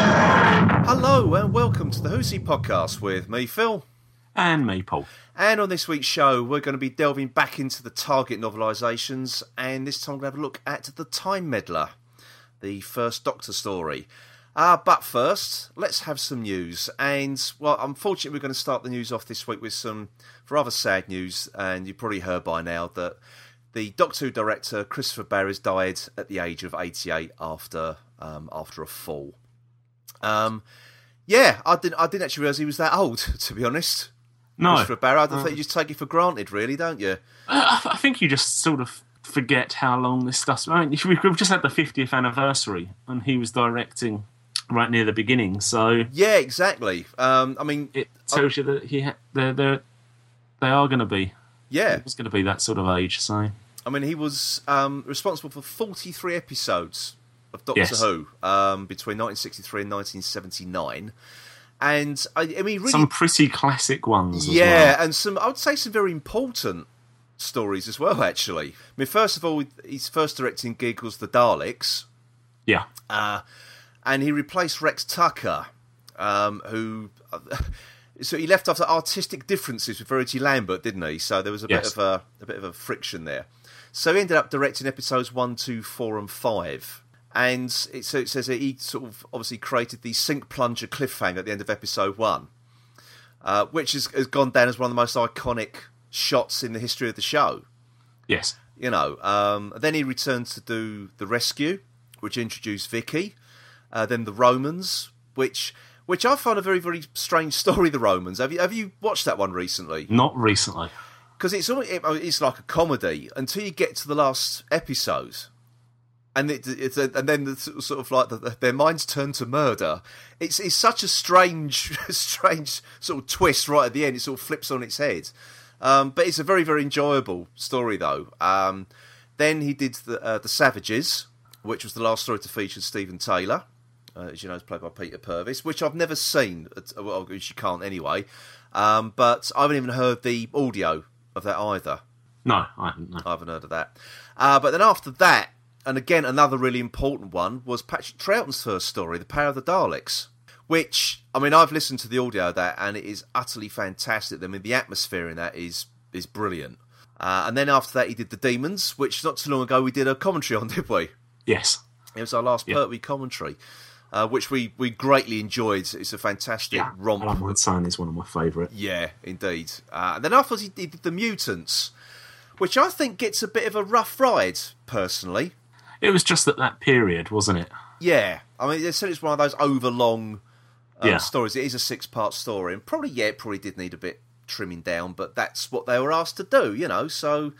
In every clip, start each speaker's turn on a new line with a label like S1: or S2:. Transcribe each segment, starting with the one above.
S1: Hello and welcome to the Hoosie podcast with me, Phil.
S2: and Maple.
S1: And on this week's show, we're going to be delving back into the Target novelisations, and this time we're going to have a look at The Time Meddler, the first Doctor story. Uh, but first, let's have some news. And, well, unfortunately, we're going to start the news off this week with some rather sad news, and you've probably heard by now that the Doctor Who director, Christopher Barry's died at the age of 88 after, um, after a fall. Um, yeah, I didn't, I didn't actually realise he was that old, to be honest.
S2: No,
S1: Christopher Barry. I don't think you just take it for granted, really, don't you?
S2: I, I think you just sort of forget how long this stuff's. I mean, we've just had the 50th anniversary, and he was directing right near the beginning, so
S1: Yeah, exactly. Um, I mean,
S2: it tells you that he ha- they're, they're they are going to be
S1: yeah.
S2: it's going to be that sort of age. So
S1: I mean, he was um, responsible for 43 episodes of Doctor
S2: Yes.
S1: Who um, between 1963 and 1979. And I, I mean, he really,
S2: some pretty classic ones. as
S1: yeah,
S2: well.
S1: and some I would say some very important stories as well. Actually, I mean, first of all, his first directing gig was The Daleks,
S2: yeah.
S1: Uh, and he replaced Rex Tucker, um, who. So he left after artistic differences with Verity Lambert, didn't he? So there was a bit
S2: Yes.
S1: of a, a bit of a friction there. So he ended up directing episodes one, two, four, and five. And it, so it says that he sort of obviously created the sink plunger cliffhanger at the end of episode one, uh, which has, has gone down as one of the most iconic shots in the history of the show
S2: Yes.
S1: you know. Um, then he returned to do the rescue, which introduced Vicky. Uh, then the Romans, which which I found a very very strange story. The Romans. Have you have you watched that one recently?
S2: Not recently.
S1: Because it's almo- it, it's like a comedy until you get to the last episode. And it, it's a, and then the sort sort of like the, the- their minds turn to murder. It's it's such a strange strange sort of twist right at the end. It sort of flips on its head. Um, but it's a very, very enjoyable story, though. Um, then he did the, uh, the Savages, which was the last story to feature Stephen Taylor, uh, as you know, it's played by Peter Purvis, which I've never seen, at- well, which you can't anyway. Um, but I haven't even heard the audio of that either.
S2: No, I haven't. No.
S1: I haven't heard of that. Uh, but then after that, and again, another really important one was Patrick Troughton's first story, The Power of the Daleks, which, I mean, I've listened to the audio of that and it is utterly fantastic. I mean, the atmosphere in that is, is brilliant. Uh, and then after that, he did The Demons, which not too long ago we did a commentary on, did we?
S2: Yes.
S1: It was our last Pertwee commentary, uh, which we, we greatly enjoyed. It's a fantastic
S2: Yeah.
S1: romp.
S2: I would say is one of my favourite.
S1: Yeah, indeed. Uh, and then afterwards, he did The Mutants, which I think gets a bit of a rough ride, personally.
S2: It was just at that period, wasn't it?
S1: Yeah, I mean, they said it's one of those overlong um,
S2: Yeah.
S1: stories. It is a six-part story, and probably yeah, it probably did need a bit trimming down, but that's what they were asked to do, you know. So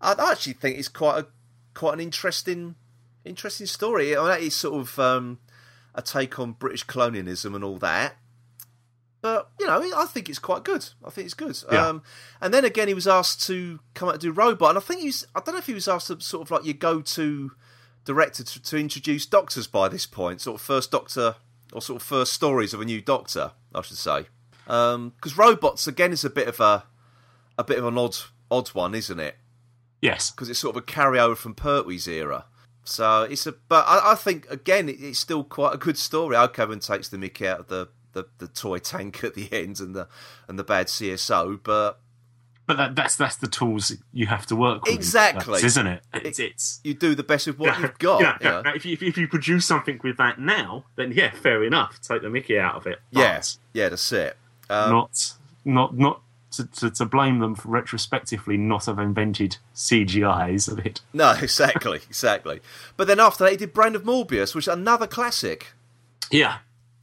S1: I I actually think it's quite a quite an interesting interesting story. I mean, that is sort of um, a take on British colonialism and all that. But you know, I think it's quite good. I think it's good.
S2: Yeah.
S1: Um, and then again, he was asked to come out and do Robot, and I think he was, I don't know if he was asked to sort of like your go-to director to, to introduce Doctors by this point, sort of first Doctor or sort of first stories of a new Doctor, I should say. Because Robots again is a bit of a a bit of an odd odd one, isn't it?
S2: Yes.
S1: because it's sort of a carryover from Pertwee's era. So it's a, but I, I think again it, it's still quite a good story. Alcoven takes the Mickey out of the, the, the toy tank at the end and the and the bad CSO, but
S2: But that, that's that's the tools you have to work with,
S1: Exactly.
S2: isn't it? It's, it's
S1: you do the best with what you've got.
S2: Yeah,
S1: you know?
S2: If, you, if you produce something with that now, then yeah, fair enough. Take the Mickey out of it.
S1: yeah, Um,
S2: But
S1: yeah, that's it.
S2: not not not to, to, to blame them for retrospectively not have invented CGIs of it.
S1: No, exactly, exactly. But then after that, he did Brand of Morbius, which is another classic.
S2: Yeah,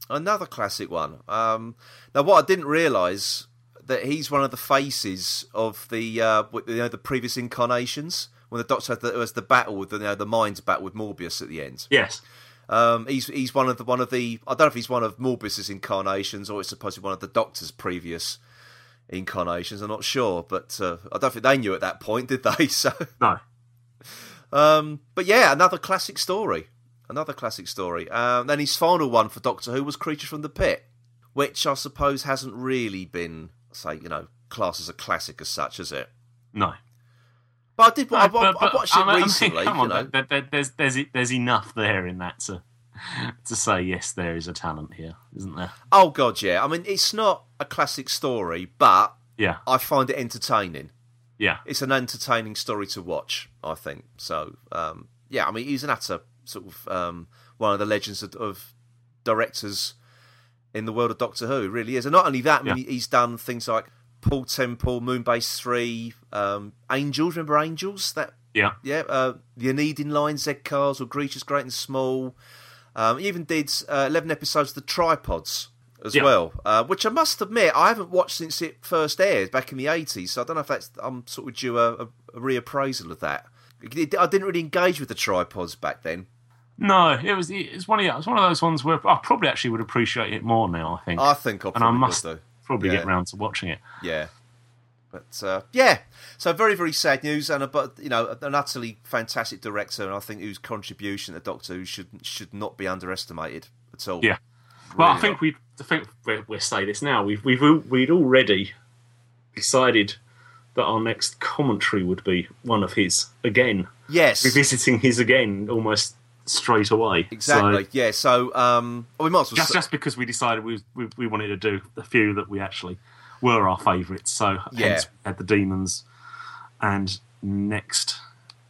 S1: another classic one. Um, now, what I didn't realise that he's one of the faces of the uh, w- you know the previous incarnations when the Doctor had the, was the battle with the, you know, the mind's battle with Morbius at the end.
S2: yes,
S1: Um, he's he's one of the one of the I don't know if he's one of Morbius's incarnations or it's supposed to be one of the Doctor's previous incarnations. I'm not sure, but uh, I don't think they knew at that point, did they? So
S2: no,
S1: Um, but yeah, another classic story. Another classic story. Um, then his final one for Doctor Who was Creature from the Pit, which I suppose hasn't really been, say, you know, classed as a classic as such, has it?
S2: No.
S1: But I did. I,
S2: But-
S1: I,
S2: but-
S1: I watched
S2: I'm- I'm-
S1: it recently.
S2: come on,
S1: you know.
S2: there- there- there's, there's, there's enough there in that to, to say, yes, there is a talent here, isn't there?
S1: Oh god, yeah. I mean, it's not a classic story, but
S2: Yeah,
S1: I find it entertaining.
S2: yeah.
S1: It's an entertaining story to watch. I think so. Um, yeah, I mean, he's an utter sort of um, one of the legends of, of directors in the world of Doctor Who. He really is, and not only that, I mean, he's done things like Paul Temple, Moonbase Three, um, Angels. Remember Angels? That
S2: Yeah,
S1: yeah, uh, the Anedin line, Z cars, or Greaches Great and Small. Um, he even did uh, 11 episodes of the Tripods as
S2: Yeah.
S1: well, uh, which I must admit I haven't watched since it first aired back in the 80s, so I don't know if that's I'm sort of due a, a, a reappraisal of that. It- I didn't really engage with the Tripods back then.
S2: no, it was it's one of the- it was one of those ones where I probably actually would appreciate it more now. I think
S1: I think I
S2: and I
S1: probably
S2: must
S1: would, though.
S2: probably
S1: Uh, Yeah.
S2: get round to watching it.
S1: Yeah. But uh, yeah, so very very sad news, and a, but you know an utterly fantastic director, and I think whose contribution to Doctor Who should should not be underestimated at all.
S2: Yeah. Well, I
S1: Really
S2: think we I think we're, we're say this now. We've we've al- we'd already decided that our next commentary would be one of his again,
S1: Yes,
S2: revisiting his again almost straight away.
S1: exactly.
S2: So,
S1: yeah, so um, we might as well.
S2: just just because we decided we, we we wanted to do a few that we actually were our favourites. So
S1: Yeah.
S2: hence we had the demons and next.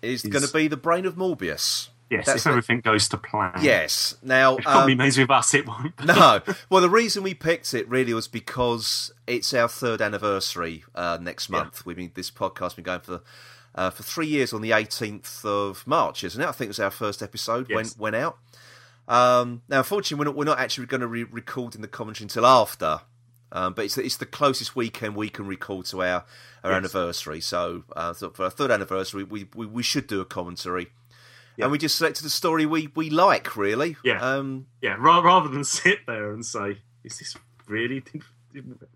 S1: it's going to be the brain of Morbius.
S2: Yes,
S1: That's
S2: if
S1: it.
S2: everything goes to plan.
S1: Yes. Now,
S2: Probably
S1: um,
S2: means with us it won't.
S1: no. Well, the reason we picked it really was because it's our third anniversary uh, next month. We've been this podcast's been going for uh, for three years on the eighteenth of March, isn't it? I think it was our first episode when
S2: Yes.
S1: went out. Um, now, unfortunately, we're not, we're not actually going to be recording the commentary until after, um, but it's it's the closest weekend we can recall to our our anniversary. So, uh, so for our third anniversary, we we, we should do a commentary. And we just selected a story we, we like, really.
S2: Yeah.
S1: Um,
S2: yeah, ra- rather than sit there and say, "Is this really?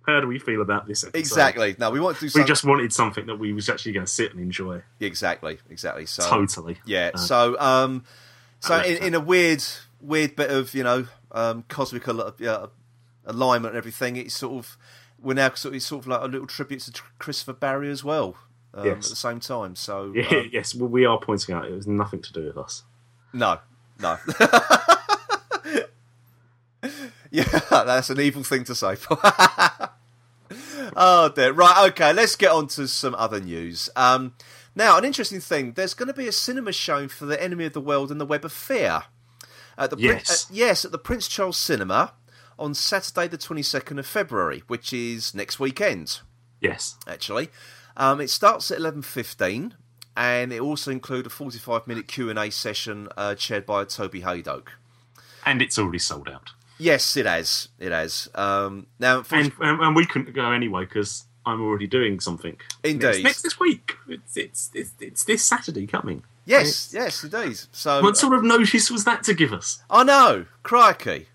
S2: How do we feel about this?" episode?"
S1: Exactly. No, we want to do
S2: We
S1: something.
S2: just wanted something that we was actually going to sit and enjoy
S1: Exactly. Exactly. So
S2: totally.
S1: yeah. So um, so in, in a weird weird bit of you know um cosmic al- yeah, alignment and everything, it's sort of we're now sort of, it's sort of like a little tribute to Tr- Christopher Barry as well. Um,
S2: Yes.
S1: At the same time. So
S2: Yeah,
S1: um,
S2: yes, well, we are pointing out it was nothing to do with us.
S1: no, no. yeah, that's an evil thing to say. oh dear. Right, okay, let's get on to some other news. Um, now, an interesting thing there's going to be a cinema showing for The Enemy of the World and The Web of Fear. At the Prin-
S2: Yes.
S1: uh, yes, at the Prince Charles Cinema on Saturday, the 22nd of February, which is next weekend
S2: Yes,
S1: actually. Um, it starts at eleven fifteen, and it also include a forty five minute Q and A session uh, chaired by Toby Haydoke.
S2: and it's already sold out,
S1: Yes, it has. It has. Um, now, for-
S2: and and, and we couldn't go anyway because I'm already doing something.
S1: Indeed.
S2: next, next this week. It's, it's it's it's this Saturday coming.
S1: yes, yes, it is. So
S2: What sort of notice was that to give us?
S1: I know, crikey.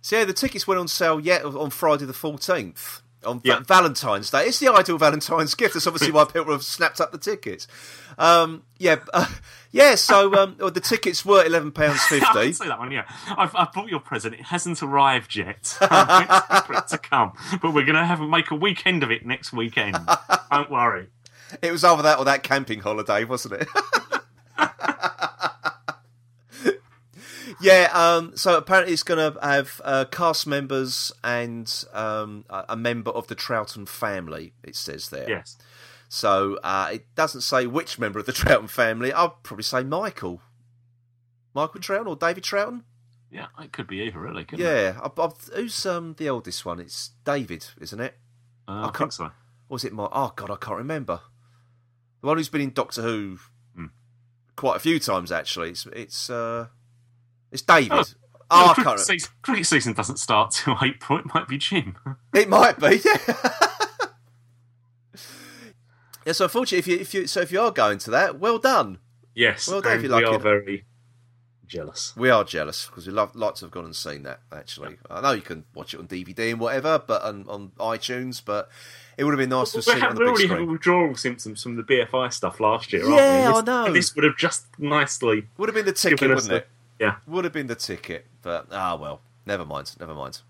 S1: So yeah, the tickets went on sale yet uh, on Friday the fourteenth on Va-
S2: Yeah.
S1: Valentine's Day. It's the ideal Valentine's gift. That's obviously why people have snapped up the tickets. Um, yeah, uh, yeah. So um, well, the tickets were eleven pounds
S2: I
S1: fifty.
S2: did say that one, yeah. I've, I've bought your present. It hasn't arrived yet. I'm waiting for it to come. But we're going to have make a weekend of it next weekend. Don't worry.
S1: It was either that or that camping holiday, wasn't it? yeah. Um, so apparently, it's going to have uh, cast members and um, a a member of the Troughton family. It says there.
S2: Yes.
S1: So uh, it doesn't say which member of the Troughton family. I'll probably say Michael, Michael Troughton or David Troughton.
S2: Yeah, it could be either, really, couldn't it?
S1: Yeah. I, I, who's um, the oldest one? It's David, isn't it?
S2: Uh, I
S1: can't-
S2: think so.
S1: Or was it my? Oh God, I can't remember. The one who's been in Doctor Who
S2: Hmm.
S1: quite a few times actually. It's it's uh, it's David.
S2: Oh.
S1: Oh,
S2: No,
S1: I
S2: cricket,
S1: can't. Remember.
S2: season, cricket season doesn't start till April. It might be June.
S1: It might be. Yeah. yeah. So unfortunately, if you if you so if you are going to that, well done.
S2: Yes.
S1: Well, Dave,
S2: and
S1: you're
S2: we
S1: lucky.
S2: are very jealous.
S1: We are jealous because we love like to have gone and seen that. Actually, I know you can watch it on DVD and whatever, but on, on um, iTunes. But It would have been nice to have
S2: We're,
S1: seen it on the
S2: we're
S1: big
S2: already having
S1: screen.
S2: withdrawal symptoms from the BFI stuff last year.
S1: Yeah,
S2: aren't we?
S1: I know.
S2: This would have just nicely
S1: Would have been the ticket,
S2: given us
S1: wouldn't it?
S2: the. Yeah.
S1: Would have been the ticket, but ah well, never mind, never mind.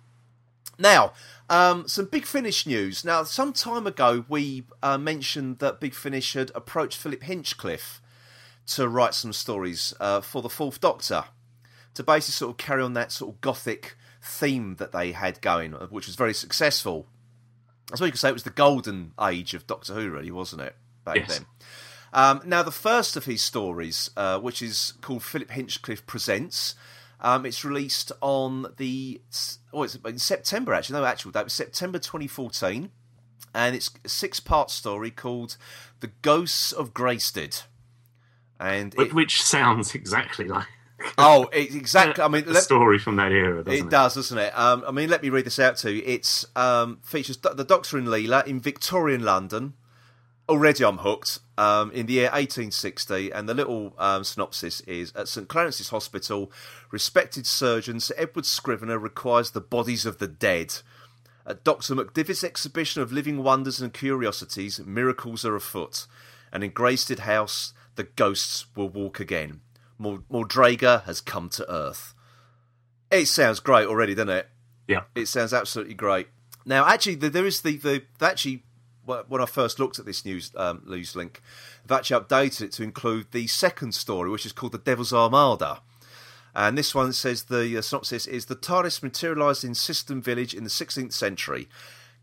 S1: Now, um, some Big Finish news. Now, some time ago, we uh, mentioned that Big Finish had approached Philip Hinchcliffe to write some stories uh, for the Fourth Doctor to basically sort of carry on that sort of gothic theme that they had going, uh, which was very successful. I suppose you could say it was the golden age of Doctor Who, really, wasn't it? Back
S2: Yes.
S1: then. Um, now, the first of his stories, uh, which is called Philip Hinchcliffe Presents, um, it's released on the oh, it's in September actually. No actual date, it was September 2014, and it's a six-part story called "The Ghosts of Greystid." And
S2: Which,
S1: it,
S2: which sounds exactly like
S1: oh, it, exactly. I mean,
S2: a
S1: let-
S2: story from that era, doesn't it?
S1: it does, doesn't it? Um, I mean, let me read this out to you. It's um, features Do- the Doctor and Leela in Victorian London. Already, I'm hooked. Um, in the year 1860, and the little um, synopsis is at St Clarence's Hospital, respected surgeon Sir Edward Scrivener requires the bodies of the dead. At Dr. McDivitt's exhibition of living wonders and curiosities, miracles are afoot. And in Greystid House, the ghosts will walk again. Mord- Mordraga has come to earth. It sounds great already, doesn't it?
S2: Yeah.
S1: It sounds absolutely great. Now, actually, the, there is the, the actually wh- when I first looked at this news um, news link, they've actually updated it to include the second story, which is called the Devil's Armada. And this one says the uh, synopsis is the TARDIS materialised in System Village in the 16th century.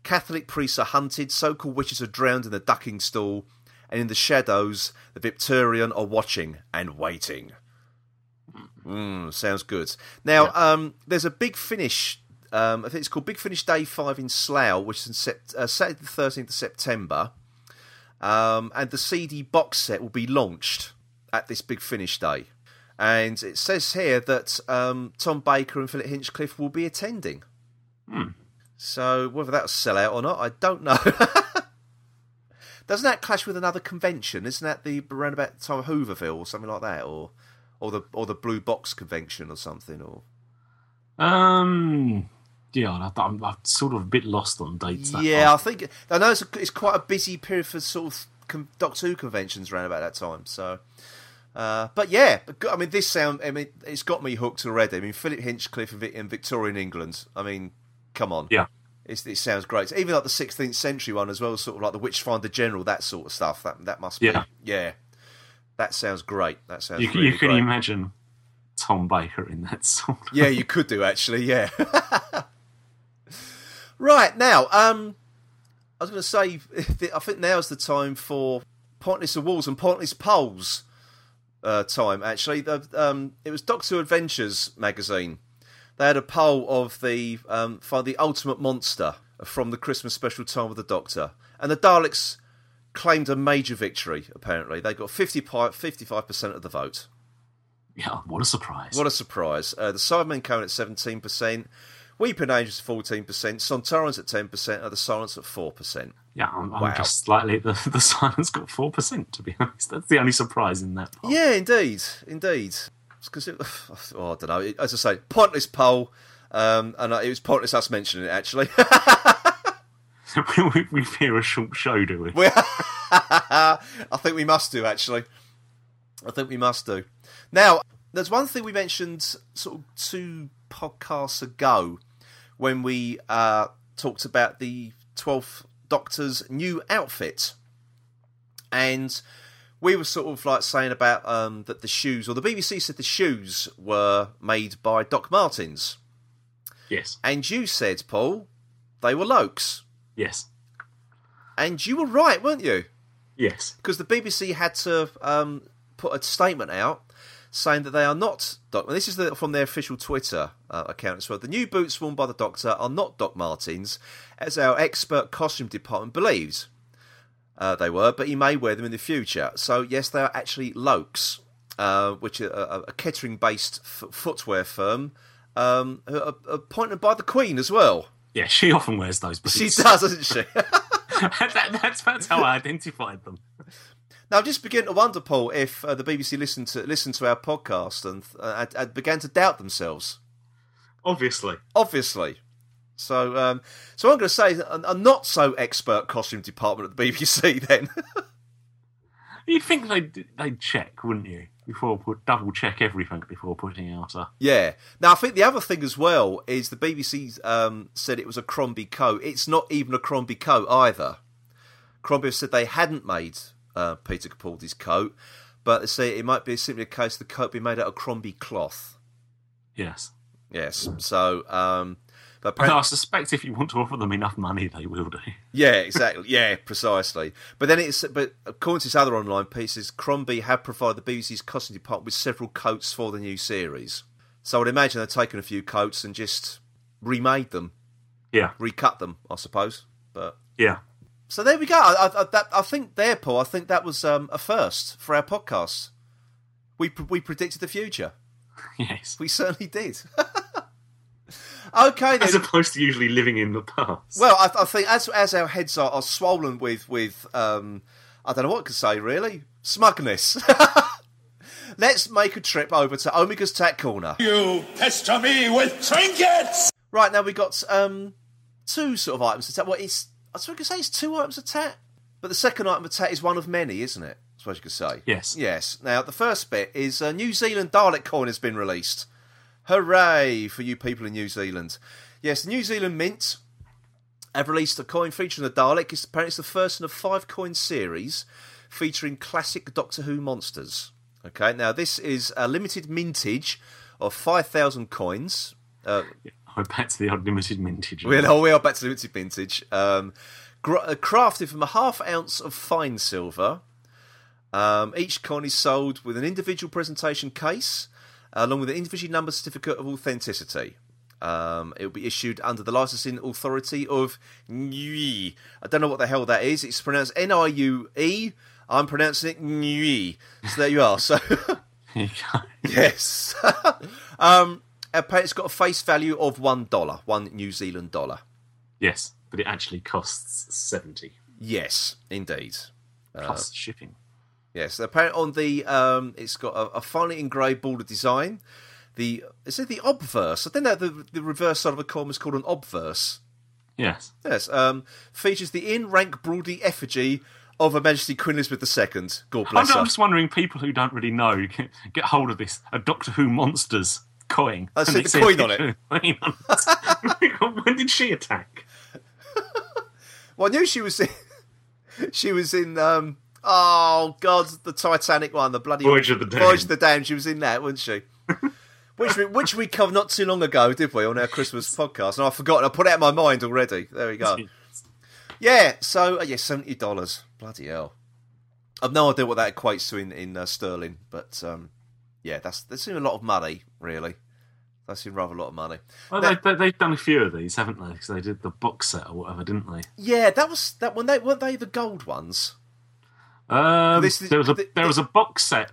S1: Catholic priests are hunted, so-called witches are drowned in the ducking stool, and in the shadows, the Victorian are watching and waiting. Mm, sounds good. Now, um, there's a big finish. Um, I think it's called Big Finish Day Five in Slough, which is in sept- uh, Saturday the 13th of September. Um, and the CD box set will be launched at this Big Finish Day. And it says here that um, Tom Baker and Philip Hinchcliffe will be attending. So whether that'll sell out or not, I don't know. Doesn't that clash with another convention? Isn't that the around about the time of Hooverville or something like that, or or the or the Blue Box convention or something? Or
S2: Um, yeah, I- I'm, I'm sort of a bit lost on dates. That
S1: yeah,
S2: far.
S1: I think I know it's, a, it's quite a busy period for sort of con- Doctor Who conventions around about that time. So, uh, but yeah, but go- I mean, this sound. I mean, it's got me hooked already. I mean, Philip Hinchcliffe in, Vic- in Victorian England. I mean, come on.
S2: yeah,
S1: It's, it sounds great. Even like the 16th century one as well, sort of like the Witchfinder General, that sort of stuff. That that must be.
S2: Yeah.
S1: yeah. That sounds great. That sounds
S2: you, c
S1: really
S2: you can
S1: great.
S2: imagine Tom Baker in that song.
S1: yeah, you could do actually. Yeah. right now, um, I was going to say, I think now's the time for pointless awards and pointless polls. Uh, time actually, the, um, it was Doctor Adventures magazine. They had a poll of the um, for the ultimate monster from the Christmas special time of the Doctor, and the Daleks claimed a major victory. Apparently, they got 55 percent of the vote.
S2: Yeah, what a surprise!
S1: What a surprise. Uh, the Sidemen came in at 17%, Weeping Angels at 14%, Sontarans at 10%, and the Silence at 4%.
S2: yeah, I'm, I'm
S1: Wow.
S2: just slightly the the silence got four percent. To be honest, that's the only surprise in that. Part.
S1: Yeah, indeed. Indeed. It's 'cause it- oh, I don't know. As I say, pointless poll. Um, and uh, it was pointless us mentioning it, actually.
S2: we, we, we hear a short show, do we?
S1: We- I think we must do, actually. I think we must do. Now, there's one thing we mentioned sort of two podcasts ago when we uh, talked about the 12th Doctor's new outfit. And we were sort of like saying about um, that the shoes, or the BBC said the shoes were made by Doc Martens.
S2: yes,
S1: And you said, Paul, they were Lokes.
S2: yes,
S1: And you were right, weren't you?
S2: yes.
S1: because the BBC had to um, put a statement out saying that they are not Doc. This is the, from their official Twitter uh, account as well. The new boots worn by the Doctor are not Doc Martens, as our expert costume department believes. Uh, they were, but he may wear them in the future. So yes, they are actually Lokes, uh, which are a, a Kettering-based f- footwear firm, um, who are are appointed by the Queen as well.
S2: Yeah, she often wears those. Boots.
S1: She does, doesn't she?
S2: that, that's that's how I identified them.
S1: Now, I just begin to wonder, Paul, if uh, the BBC listened to listened to our podcast and, uh, and- and began to doubt themselves.
S2: Obviously,
S1: Obviously, So, um, so I'm going to say uh, a, a not so expert costume department at the BBC. Then
S2: You'd think they'd, they'd check, wouldn't you? Before put double check everything before putting out a.
S1: Yeah. Now, I think the other thing as well is the BBC um, said it was a Crombie coat. It's not even a Crombie coat either. Crombie said they hadn't made uh, Peter Capaldi's coat, but they say it might be simply a case of the coat being made out of Crombie cloth.
S2: Yes.
S1: Yes. So, um, but
S2: But I
S1: apparently,
S2: suspect if you want to offer them enough money, they will do.
S1: yeah, exactly. Yeah, precisely. But then it's but according to this other online piece, is Crombie have provided the BBC's costume department with several coats for the new series. So I'd imagine they've taken a few coats and just remade them.
S2: Yeah.
S1: recut them, I suppose. But
S2: Yeah.
S1: so there we go. I, I, I- that, I think there, Paul. I think that was um, a first for our podcast. We pre- we predicted the future.
S2: Yes.
S1: We certainly did. okay, then.
S2: As opposed to usually living in the past.
S1: well, I, I think as as our heads are, are swollen with with um, I don't know what to say really smugness. Let's make a trip over to Omega's Tat Corner.
S3: You pester me with trinkets!
S1: Right now we got um two sort of items to tat. Well, it's I suppose you could say it's two items to tat, but the second item to tat is one of many, isn't it? I suppose you could say.
S2: Yes.
S1: Yes. Now the first bit is uh, New Zealand Dalek coin has been released. Hooray for you people in New Zealand! Yes, the New Zealand Mint have released a coin featuring the Dalek. It's apparently it's the first in a five coin series featuring classic Doctor Who monsters. Okay, now this is a limited mintage of five thousand coins. Uh,
S2: We're back to the unlimited mintage.
S1: we are, we are back to limited vintage. Um, gr- uh, crafted from a half ounce of fine silver. Um, each coin is sold with an individual presentation case, along with an individually numbered certificate of authenticity. Um, it will be issued under the licensing authority of Niue. I don't know what the hell that is. It's pronounced N I U E. I'm pronouncing it Niue. So there you are. So.
S2: There you go.
S1: Yes. um, apparently it's got a face value of one dollar, one New Zealand dollar.
S2: yes. But it actually costs 70
S1: Yes, indeed. Uh,
S2: plus shipping.
S1: Yes. Apparently on the um, it's got a, a finely engraved border design. The is it the obverse? I think that the, the reverse side of a column is called an obverse.
S2: Yes.
S1: Yes. Um, features the in rank broadly effigy of Her Majesty Queen Elizabeth II. God
S2: I'm,
S1: bless her.
S2: I'm just wondering, people who don't really know, get, get hold of this. A Doctor Who Monsters coin.
S1: That's
S2: And
S1: it, the coin on it.
S2: says Queen on it. when did she attack?
S1: Well, I knew she was in. she was in. Um, oh God, the Titanic one, the bloody
S2: Voyage of the Dam.
S1: Voyage of the Dam. She was in that, wasn't she? which we which we covered not too long ago, did we, on our Christmas podcast? And I forgot. I put it out of my mind already. There we go. Yeah. So uh, yeah, seventy dollars. Bloody hell. I've no idea what that equates to in in uh, sterling, but um, yeah, that's that's a lot of money, really. That's a rather a lot of money.
S2: Well, they, they, they've done a few of these, haven't they? Because they did the box set or whatever, didn't they?
S1: Yeah, that was that. When they weren't they the gold ones?
S2: Um,
S1: This is-
S2: there was a
S1: th-
S2: there was a box set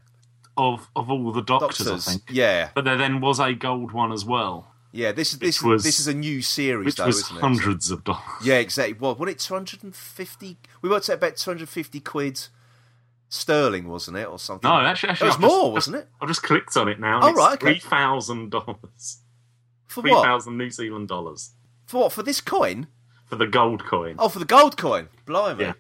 S2: of of all the doctors, I
S1: Doctors.
S2: think.
S1: Yeah,
S2: But there then was a gold one as well,
S1: Yeah, this is this,
S2: was-
S1: this is a new series,
S2: which
S1: though,
S2: was
S1: isn't it?
S2: hundreds of dollars.
S1: Yeah, exactly. What was it? Two hundred and fifty. We worked at about two hundred fifty quid sterling, wasn't it, or something?
S2: No, actually, actually,
S1: it was
S2: I've just-
S1: more, wasn't it?
S2: I've just clicked on it now.
S1: Oh,
S2: And it's
S1: right, okay.
S2: three thousand dollars,
S1: For
S2: three
S1: what?
S2: thousand New Zealand dollars
S1: For what? For this coin?
S2: for the gold coin.
S1: Oh, for the gold coin. Blimey!
S2: Yeah.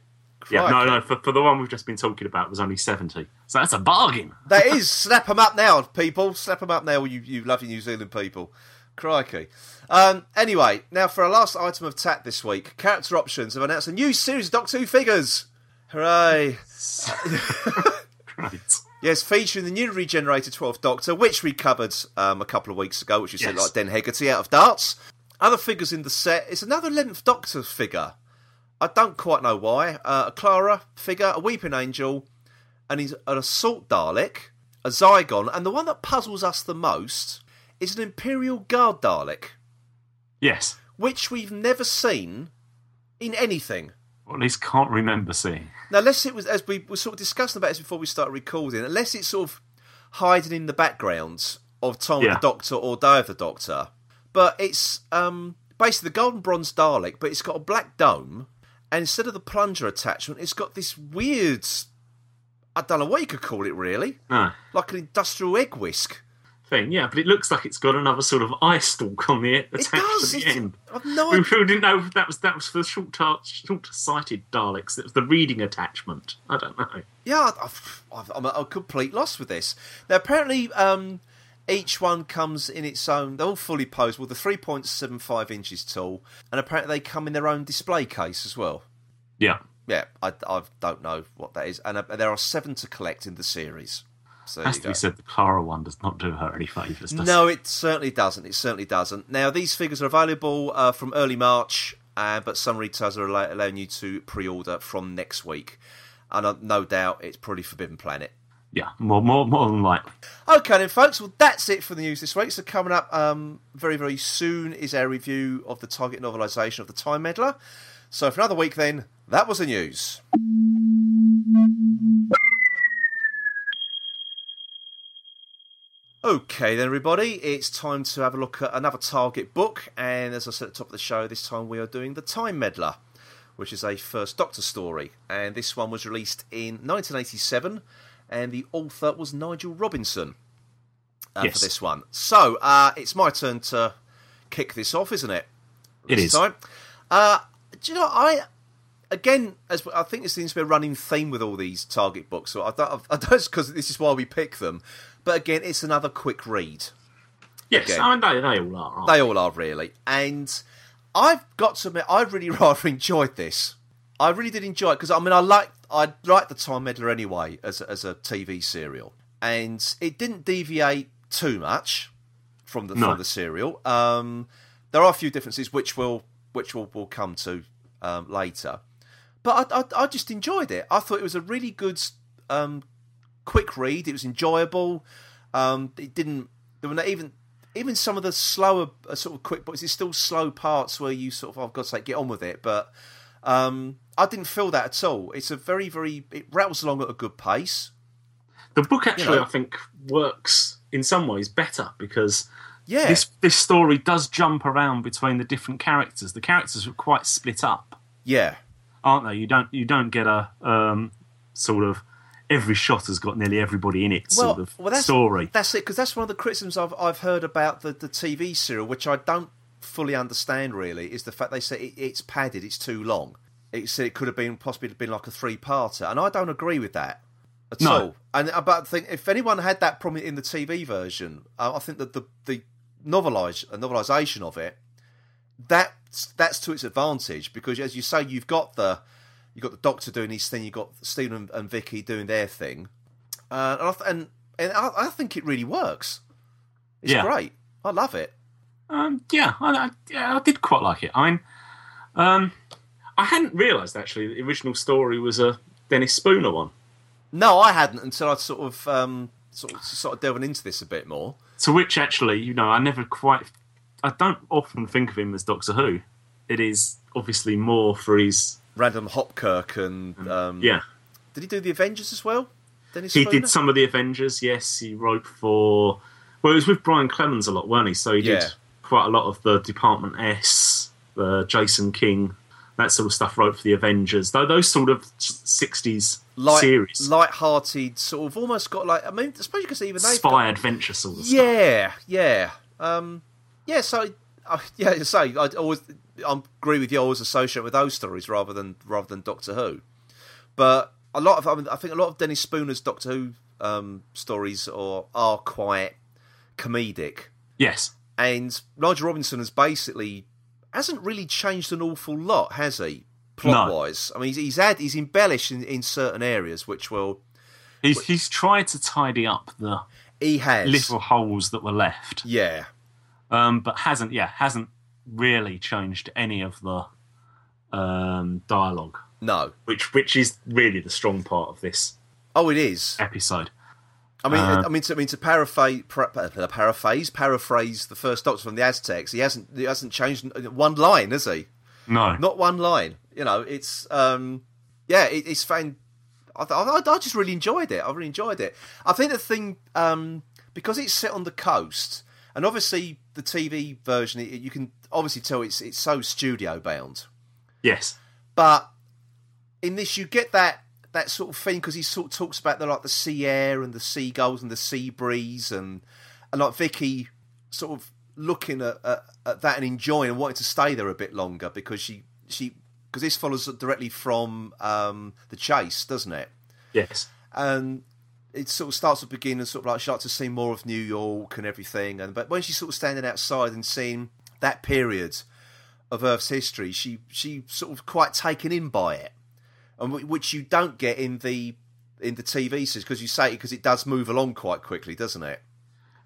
S2: yeah, no, no, for, for the one we've just been talking about it was only seventy. So that's a bargain.
S1: That is snap 'em up now, people. Snap 'em up now, you you lovely New Zealand people. Crikey. Um, anyway, now for our last item of tat this week, character options have announced a new series of Doctor Who figures. Hooray!
S2: Right.
S1: Yes, featuring the newly regenerated 12th Doctor, which we covered um, a couple of weeks ago, which you said
S2: Yes.
S1: like Den Hegarty out of darts. Other figures in the set is another 11th Doctor figure. I don't quite know why. Uh, a Clara figure, a Weeping Angel, and he's an Assault Dalek, a Zygon, and the one that puzzles us the most is an Imperial Guard Dalek,
S2: Yes.
S1: which we've never seen in anything.
S2: Or at least can't remember seeing.
S1: Now, unless it was, as we were sort of discussing about this before we started recording, unless it's sort of hiding in the background of Tom
S2: Yeah.
S1: the Doctor or Day of the Doctor, but it's um, basically the Golden Bronze Dalek, but it's got a black dome, and instead of the plunger attachment, it's got this weird, I don't know what you could call it really,
S2: No.
S1: like an industrial egg whisk.
S2: thing. Yeah, but it looks like it's got another sort of eye stalk on the
S1: It
S2: attached
S1: does.
S2: to the
S1: it's-
S2: end.
S1: I've no
S2: We
S1: idea.
S2: really didn't know if that was that was for short short sighted Daleks. It was the reading attachment. I don't know.
S1: Yeah, I've, I've, I'm a complete loss with this. Now, apparently, um, each one comes in its own. They're all fully posable. They're 3.75 inches tall, and apparently they come in their own display case as well.
S2: Yeah,
S1: Yeah, I, I don't know what that is, and uh, there are seven to collect in the series. So there
S2: has
S1: you
S2: to
S1: go.
S2: be said the Clara one does not do her any favours. does
S1: No, it certainly doesn't. It certainly doesn't. Now, these figures are available uh, from early March, uh, but some retailers are allow- allowing you to pre-order from next week, and uh, no doubt it's probably Forbidden Planet.
S2: it? Yeah, more more more than likely.
S1: Okay, then, folks. Well, that's it for the news this week. So, coming up um, very, very soon is our review of the target novelisation of the Time Meddler. So, for another week, then, that was the news. Okay, then, everybody, it's time to have a look at another Target book. And as I said at the top of the show, this time we are doing The Time Meddler, which is a first Doctor story. And this one was released in 1987, and the author was Nigel Robinson uh,
S2: Yes.
S1: for this one. So uh, it's my turn to kick this off, isn't it?
S2: It
S1: this
S2: is.
S1: Time. Uh, do you know, I. Again, as I think this seems to be a running theme with all these Target books, so I don't, I don't because this is why we pick them. But again, it's another quick read.
S2: Yes,
S1: Okay.
S2: I mean they, they all are. Aren't
S1: They all are really, and I've got to admit, I really rather enjoyed this. I really did enjoy it because I mean, I like I like the Time Meddler anyway as a, as a TV serial, and it didn't deviate too much from the
S2: No.
S1: from the serial. Um, there are a few differences which will which will will come to um, later, but I, I I just enjoyed it. I thought it was a really good um, quick read. It was enjoyable. Um, it didn't. There were not even even some of the slower uh, sort of quick books. It's still slow parts where you sort of oh god's sake get on with it. But um, I didn't feel that at all. It's a very very it rattles along at a good pace.
S2: The book actually,
S1: know.
S2: I think, works in some ways better because
S1: Yeah,
S2: this this story does jump around between the different characters. The characters are quite split up,
S1: yeah,
S2: aren't they? You don't you don't get a um, sort of every shot has got nearly everybody in it sort of story.
S1: That's it because that's one of the criticisms I've I've heard about the the TV serial, which I don't fully understand really, is the fact they say it, it's padded, it's too long. It's it could have been possibly been like a three parter, and I don't agree with that at
S2: No.
S1: all. And about think if anyone had that problem in the TV version, uh, I think that the the novelise uh, novelisation of it that's that's to its advantage because as you say you've got the you've got the doctor doing his thing you've got Stephen and, and Vicky doing their thing uh, and I th- and, and I, I think it really works it's
S2: Yeah.
S1: great I love it
S2: Um, yeah, I, I, yeah, I did quite like it. I mean, um, I hadn't realised actually the original story was a Dennis Spooner one.
S1: no I hadn't until I sort of um sort of, sort of delving into this a bit more
S2: To which actually, you know, I never quite. I don't often think of him as Doctor Who. It is obviously more for his.
S1: random Hopkirk and um,
S2: Mm. Yeah,
S1: did he do the Avengers as well Dennis
S2: he
S1: Spooner?
S2: did some of the Avengers. Yes, he wrote for. Well, he was with Brian Clemens a lot, weren't he? So he did
S1: Yeah.
S2: quite a lot of the Department S, the Jason King, that sort of stuff. Wrote for the Avengers, though those sort of sixties
S1: light,
S2: series,
S1: light-hearted sort of almost got like I mean I suppose you could say even they've got-
S2: spy adventure sort of stuff.
S1: Yeah, yeah, um, yeah. So, uh, yeah, as I say I always I agree with you. I always associate with those stories rather than rather than Doctor Who. But a lot of I, mean, I think a lot of Dennis Spooner's Doctor Who um, stories are are quite comedic,
S2: Yes,
S1: and Nigel Robinson has basically hasn't really changed an awful lot, has he?
S2: No.
S1: Plot wise, I mean, he's, he's had he's embellished in, in certain areas, which will
S2: he's, he's tried to tidy up the
S1: he has
S2: little holes that were left.
S1: yeah.
S2: um, but hasn't yeah hasn't really changed any of the um, dialogue,
S1: No.
S2: which which is really the strong part of this
S1: Oh, it is.
S2: episode.
S1: I mean, I mean, to, I mean to paraphrase, para- para- paraphrase, paraphrase the first Doctor from the Aztecs. He hasn't, he hasn't changed one line, has he?
S2: No,
S1: Not one line. You know, it's, um, yeah, it, it's fan. I, th- I, I just really enjoyed it. I really enjoyed it. I think the thing, um, because it's set on the coast, and obviously the TV version, it, you can obviously tell it's it's so studio bound.
S2: yes,
S1: But in this, you get that that sort of thing because he sort of talks about the like the sea air and the seagulls and the sea breeze and and like Vicky sort of looking at, at, at that and enjoying and wanting to stay there a bit longer because she she because this follows directly from um, the chase, doesn't it?
S2: Yes.
S1: and it sort of starts to begin and sort of like she likes to see more of New York and everything. And but when she's sort of standing outside and seeing that period of Earth's history, she she sort of quite taken in by it, and wh- which you don't get in the in the TV series because you say because it does move along quite quickly, doesn't it?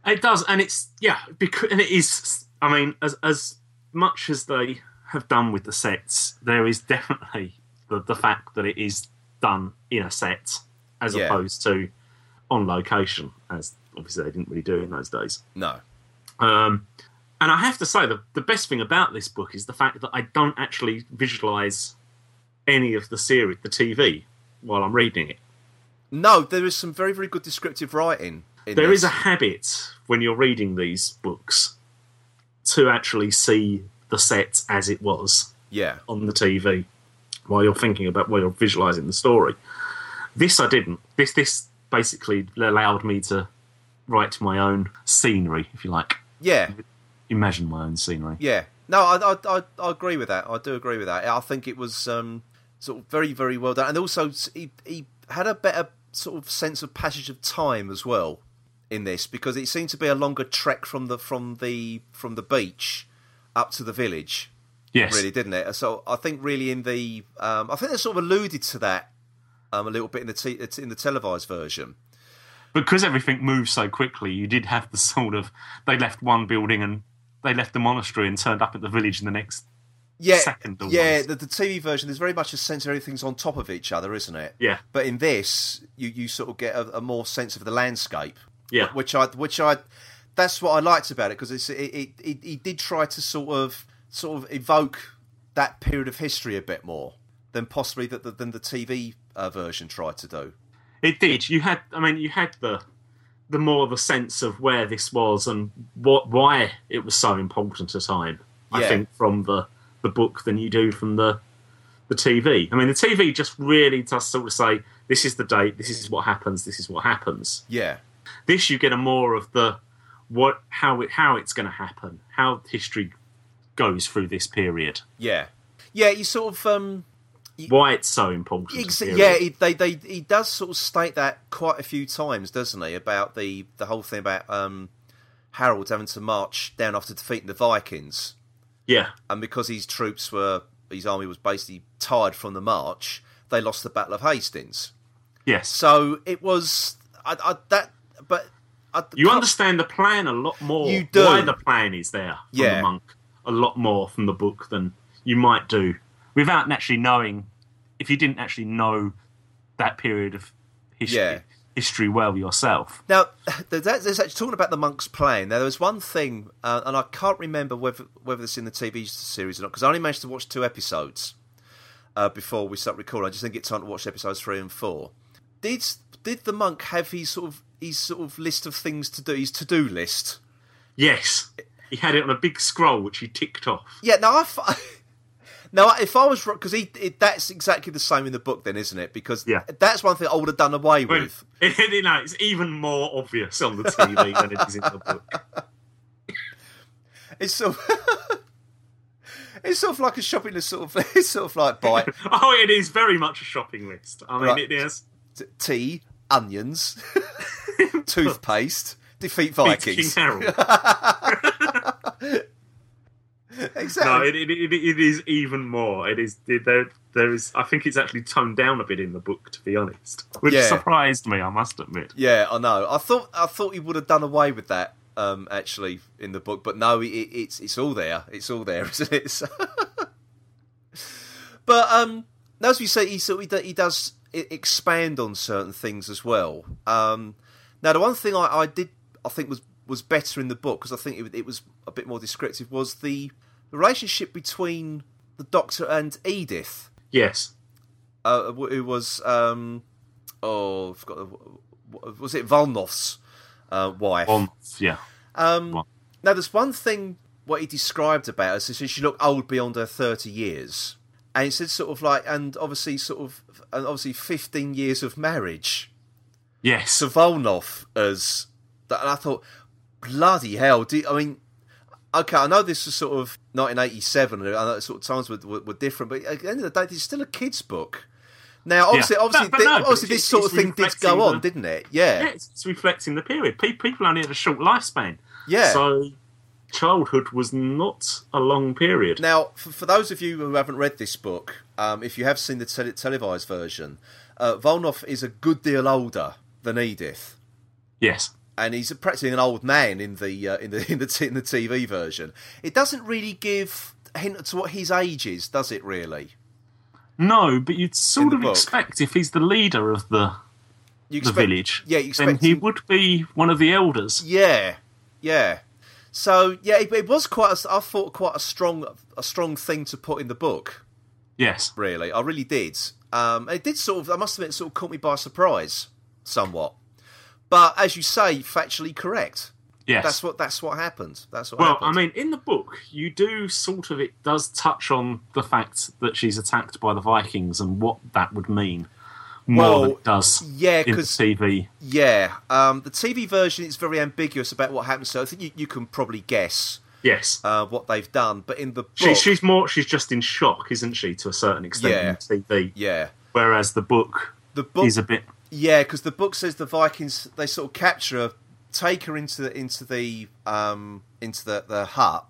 S2: It does, and it's yeah, because and it is. I mean, as as much as they have done with the sets, there is definitely the, the fact that it is done in a set as
S1: Yeah.
S2: opposed to on location, as obviously they didn't really do in those days.
S1: No,
S2: Um, and I have to say, the, the best thing about this book is the fact that I don't actually visualize any of the series, the TV, while I'm reading it.
S1: no, there is some very very good descriptive writing. In
S2: There is
S1: this.
S2: a habit when you're reading these books to actually see the set as it was
S1: yeah,
S2: on the TV while you're thinking about while you're visualizing the story. This I didn't. This this basically allowed me to write my own scenery, if you like,
S1: yeah.
S2: imagine my own scenery.
S1: Yeah. No, I, I, I, I agree with that. I do agree with that. I think it was um, sort of very, very well done. And also, s- he, he had a better sort of sense of passage of time as well in this because it seemed to be a longer trek from the from the from the beach up to the village,
S2: Yes,
S1: really, didn't it? So I think really in the um, I think they sort of alluded to that um, a little bit in the t- in the televised version.
S2: because everything moved so quickly, you did have the sort of they left one building and they left the monastery and turned up at the village in the next.
S1: yeah,
S2: second the
S1: yeah.
S2: ones.
S1: The, the TV version there's very much a sense of everything's on top of each other, isn't it?
S2: Yeah.
S1: But in this, you, you sort of get a, a more sense of the landscape.
S2: Yeah.
S1: Which I which I that's what I liked about it because it's it, it, it he did try to sort of sort of evoke that period of history a bit more than possibly that the, than the TV uh, version tried to do.
S2: It did. You had, I mean, you had the the more the sense of where this was and what why it was so important a time. I
S1: Yeah.
S2: think from the the book than you do from the the TV. I mean, the TV just really does sort of say this is the date, this is what happens, this is what happens.
S1: Yeah.
S2: This you get a more of the what how it how it's going to happen, how history goes through this period,
S1: Yeah. Yeah. You sort of um.
S2: why it's so important. a
S1: Ex-
S2: period.
S1: yeah, he, they, they, he does sort of state that quite a few times, doesn't he? About the, the whole thing about um, Harold having to march down after defeating the Vikings,
S2: yeah,
S1: and because his troops were his army was basically tired from the march, they lost the Battle of Hastings.
S2: yes.
S1: So it was I, I, that, but I,
S2: You understand the plan a lot more.
S1: You do.
S2: Why the plan is there from
S1: Yeah.
S2: the monk a lot more from the book than you might do without actually knowing. If you didn't actually know that period of history,
S1: Yeah.
S2: history well yourself,
S1: Now, there's, there's actually talking about the monk's plane. Now, there was one thing, uh, and I can't remember whether whether it's in the TV series or not, because I only managed to watch two episodes uh, before we start recording. I just didn't get time to watch episodes three and four. Did did the monk have his sort of his sort of list of things to do, his to do list?
S2: yes, he had it on a big scroll which he ticked off.
S1: Yeah. Now, I f- now if I was because he it, that's exactly the same in the book, then isn't it? Because
S2: Yeah.
S1: that's one thing I would have done away
S2: When-
S1: with.
S2: you know, it's even more obvious on the TV than it is in the book.
S1: It's sort of- It's sort of like a shopping list, sort of. It's sort of like buy
S2: Oh, it is very much a shopping list. I mean,
S1: Right.
S2: it is
S1: t- tea, onions, toothpaste, defeat Vikings.
S2: King Harold. No,
S1: Exactly.
S2: it, it, it, it is even more. It is it- there. There is. I think it's actually toned down a bit in the book, to be honest, which
S1: Yeah.
S2: surprised me. I must admit.
S1: yeah, I know. I thought I thought he would have done away with that um, actually in the book, but no, it, it- it's it's all there. It's all there, isn't it? So- but um, as we say, he sort of- he, do- he does e- expand on certain things as well. Um, now, the one thing I, I did I think was was better in the book because I think it, it was a bit more descriptive was the relationship between the Doctor and Edith.
S2: Yes,
S1: uh, wh- who was um, oh, I forgot the- wh- was it Volnov's uh, wife?
S2: um, yeah,
S1: um,
S2: Vol-
S1: now, there's one thing what he described about her. So she she looked old beyond her thirty years, and he said sort of like, and obviously sort of, and obviously fifteen years of marriage
S2: yes.
S1: to Volnov as that. And I thought, bloody hell! Do, I mean, okay, I know this was sort of 1987, and I know sort of times were, were, were different, but at the end of the day, this is still a kids' book. Now, obviously,
S2: But-
S1: obviously,
S2: but
S1: thi-
S2: no, but
S1: obviously,
S2: it's-
S1: this sort
S2: it's
S1: of thing did
S2: reflecting
S1: go on,
S2: the-
S1: didn't it?
S2: Yeah,
S1: Yeah,
S2: it's, it's reflecting the period. Pe- people only had a short lifespan.
S1: yeah.
S2: So childhood was not a long period.
S1: Now, for, for those of you who haven't read this book, um, if you have seen the tele- televised version, uh, Volnov is a good deal older than Edith,
S2: Yes.
S1: and he's practically an old man in the uh, in the in the, t- in the TV version. It doesn't really give a hint to what his age is, does it? Really,
S2: No, but you'd
S1: In
S2: sort
S1: the
S2: of
S1: book.
S2: expect if he's the leader of the,
S1: you
S2: the village,
S1: Yeah, you expect
S2: then he
S1: him-
S2: would be one of the elders.
S1: Yeah, yeah. So yeah, it, it was quite. A, I thought quite a strong a strong thing to put in the book.
S2: Yes.
S1: Really, I really did. Um, it did sort of. I must admit, it sort of caught me by surprise somewhat. But as you say, factually correct.
S2: Yes.
S1: That's what that's what happened. That's what.
S2: well,
S1: happened.
S2: I mean, in the book, you do sort of, it does touch on the fact that she's attacked by the Vikings and what that would mean more than
S1: Well,
S2: it does
S1: yeah,
S2: in the
S1: 'cause-
S2: TV.
S1: yeah. Um, the TV version is very ambiguous about what happened, so I think you, you can probably guess
S2: Yes.
S1: uh, what they've done. But in the book,
S2: she, she's more, she's just in shock, isn't she, to a certain extent
S1: Yeah.
S2: in TV.
S1: yeah,
S2: Whereas the book
S1: the book
S2: is a bit
S1: Yeah, because the book says the Vikings they sort of capture her, take her into the into the um into the, the hut,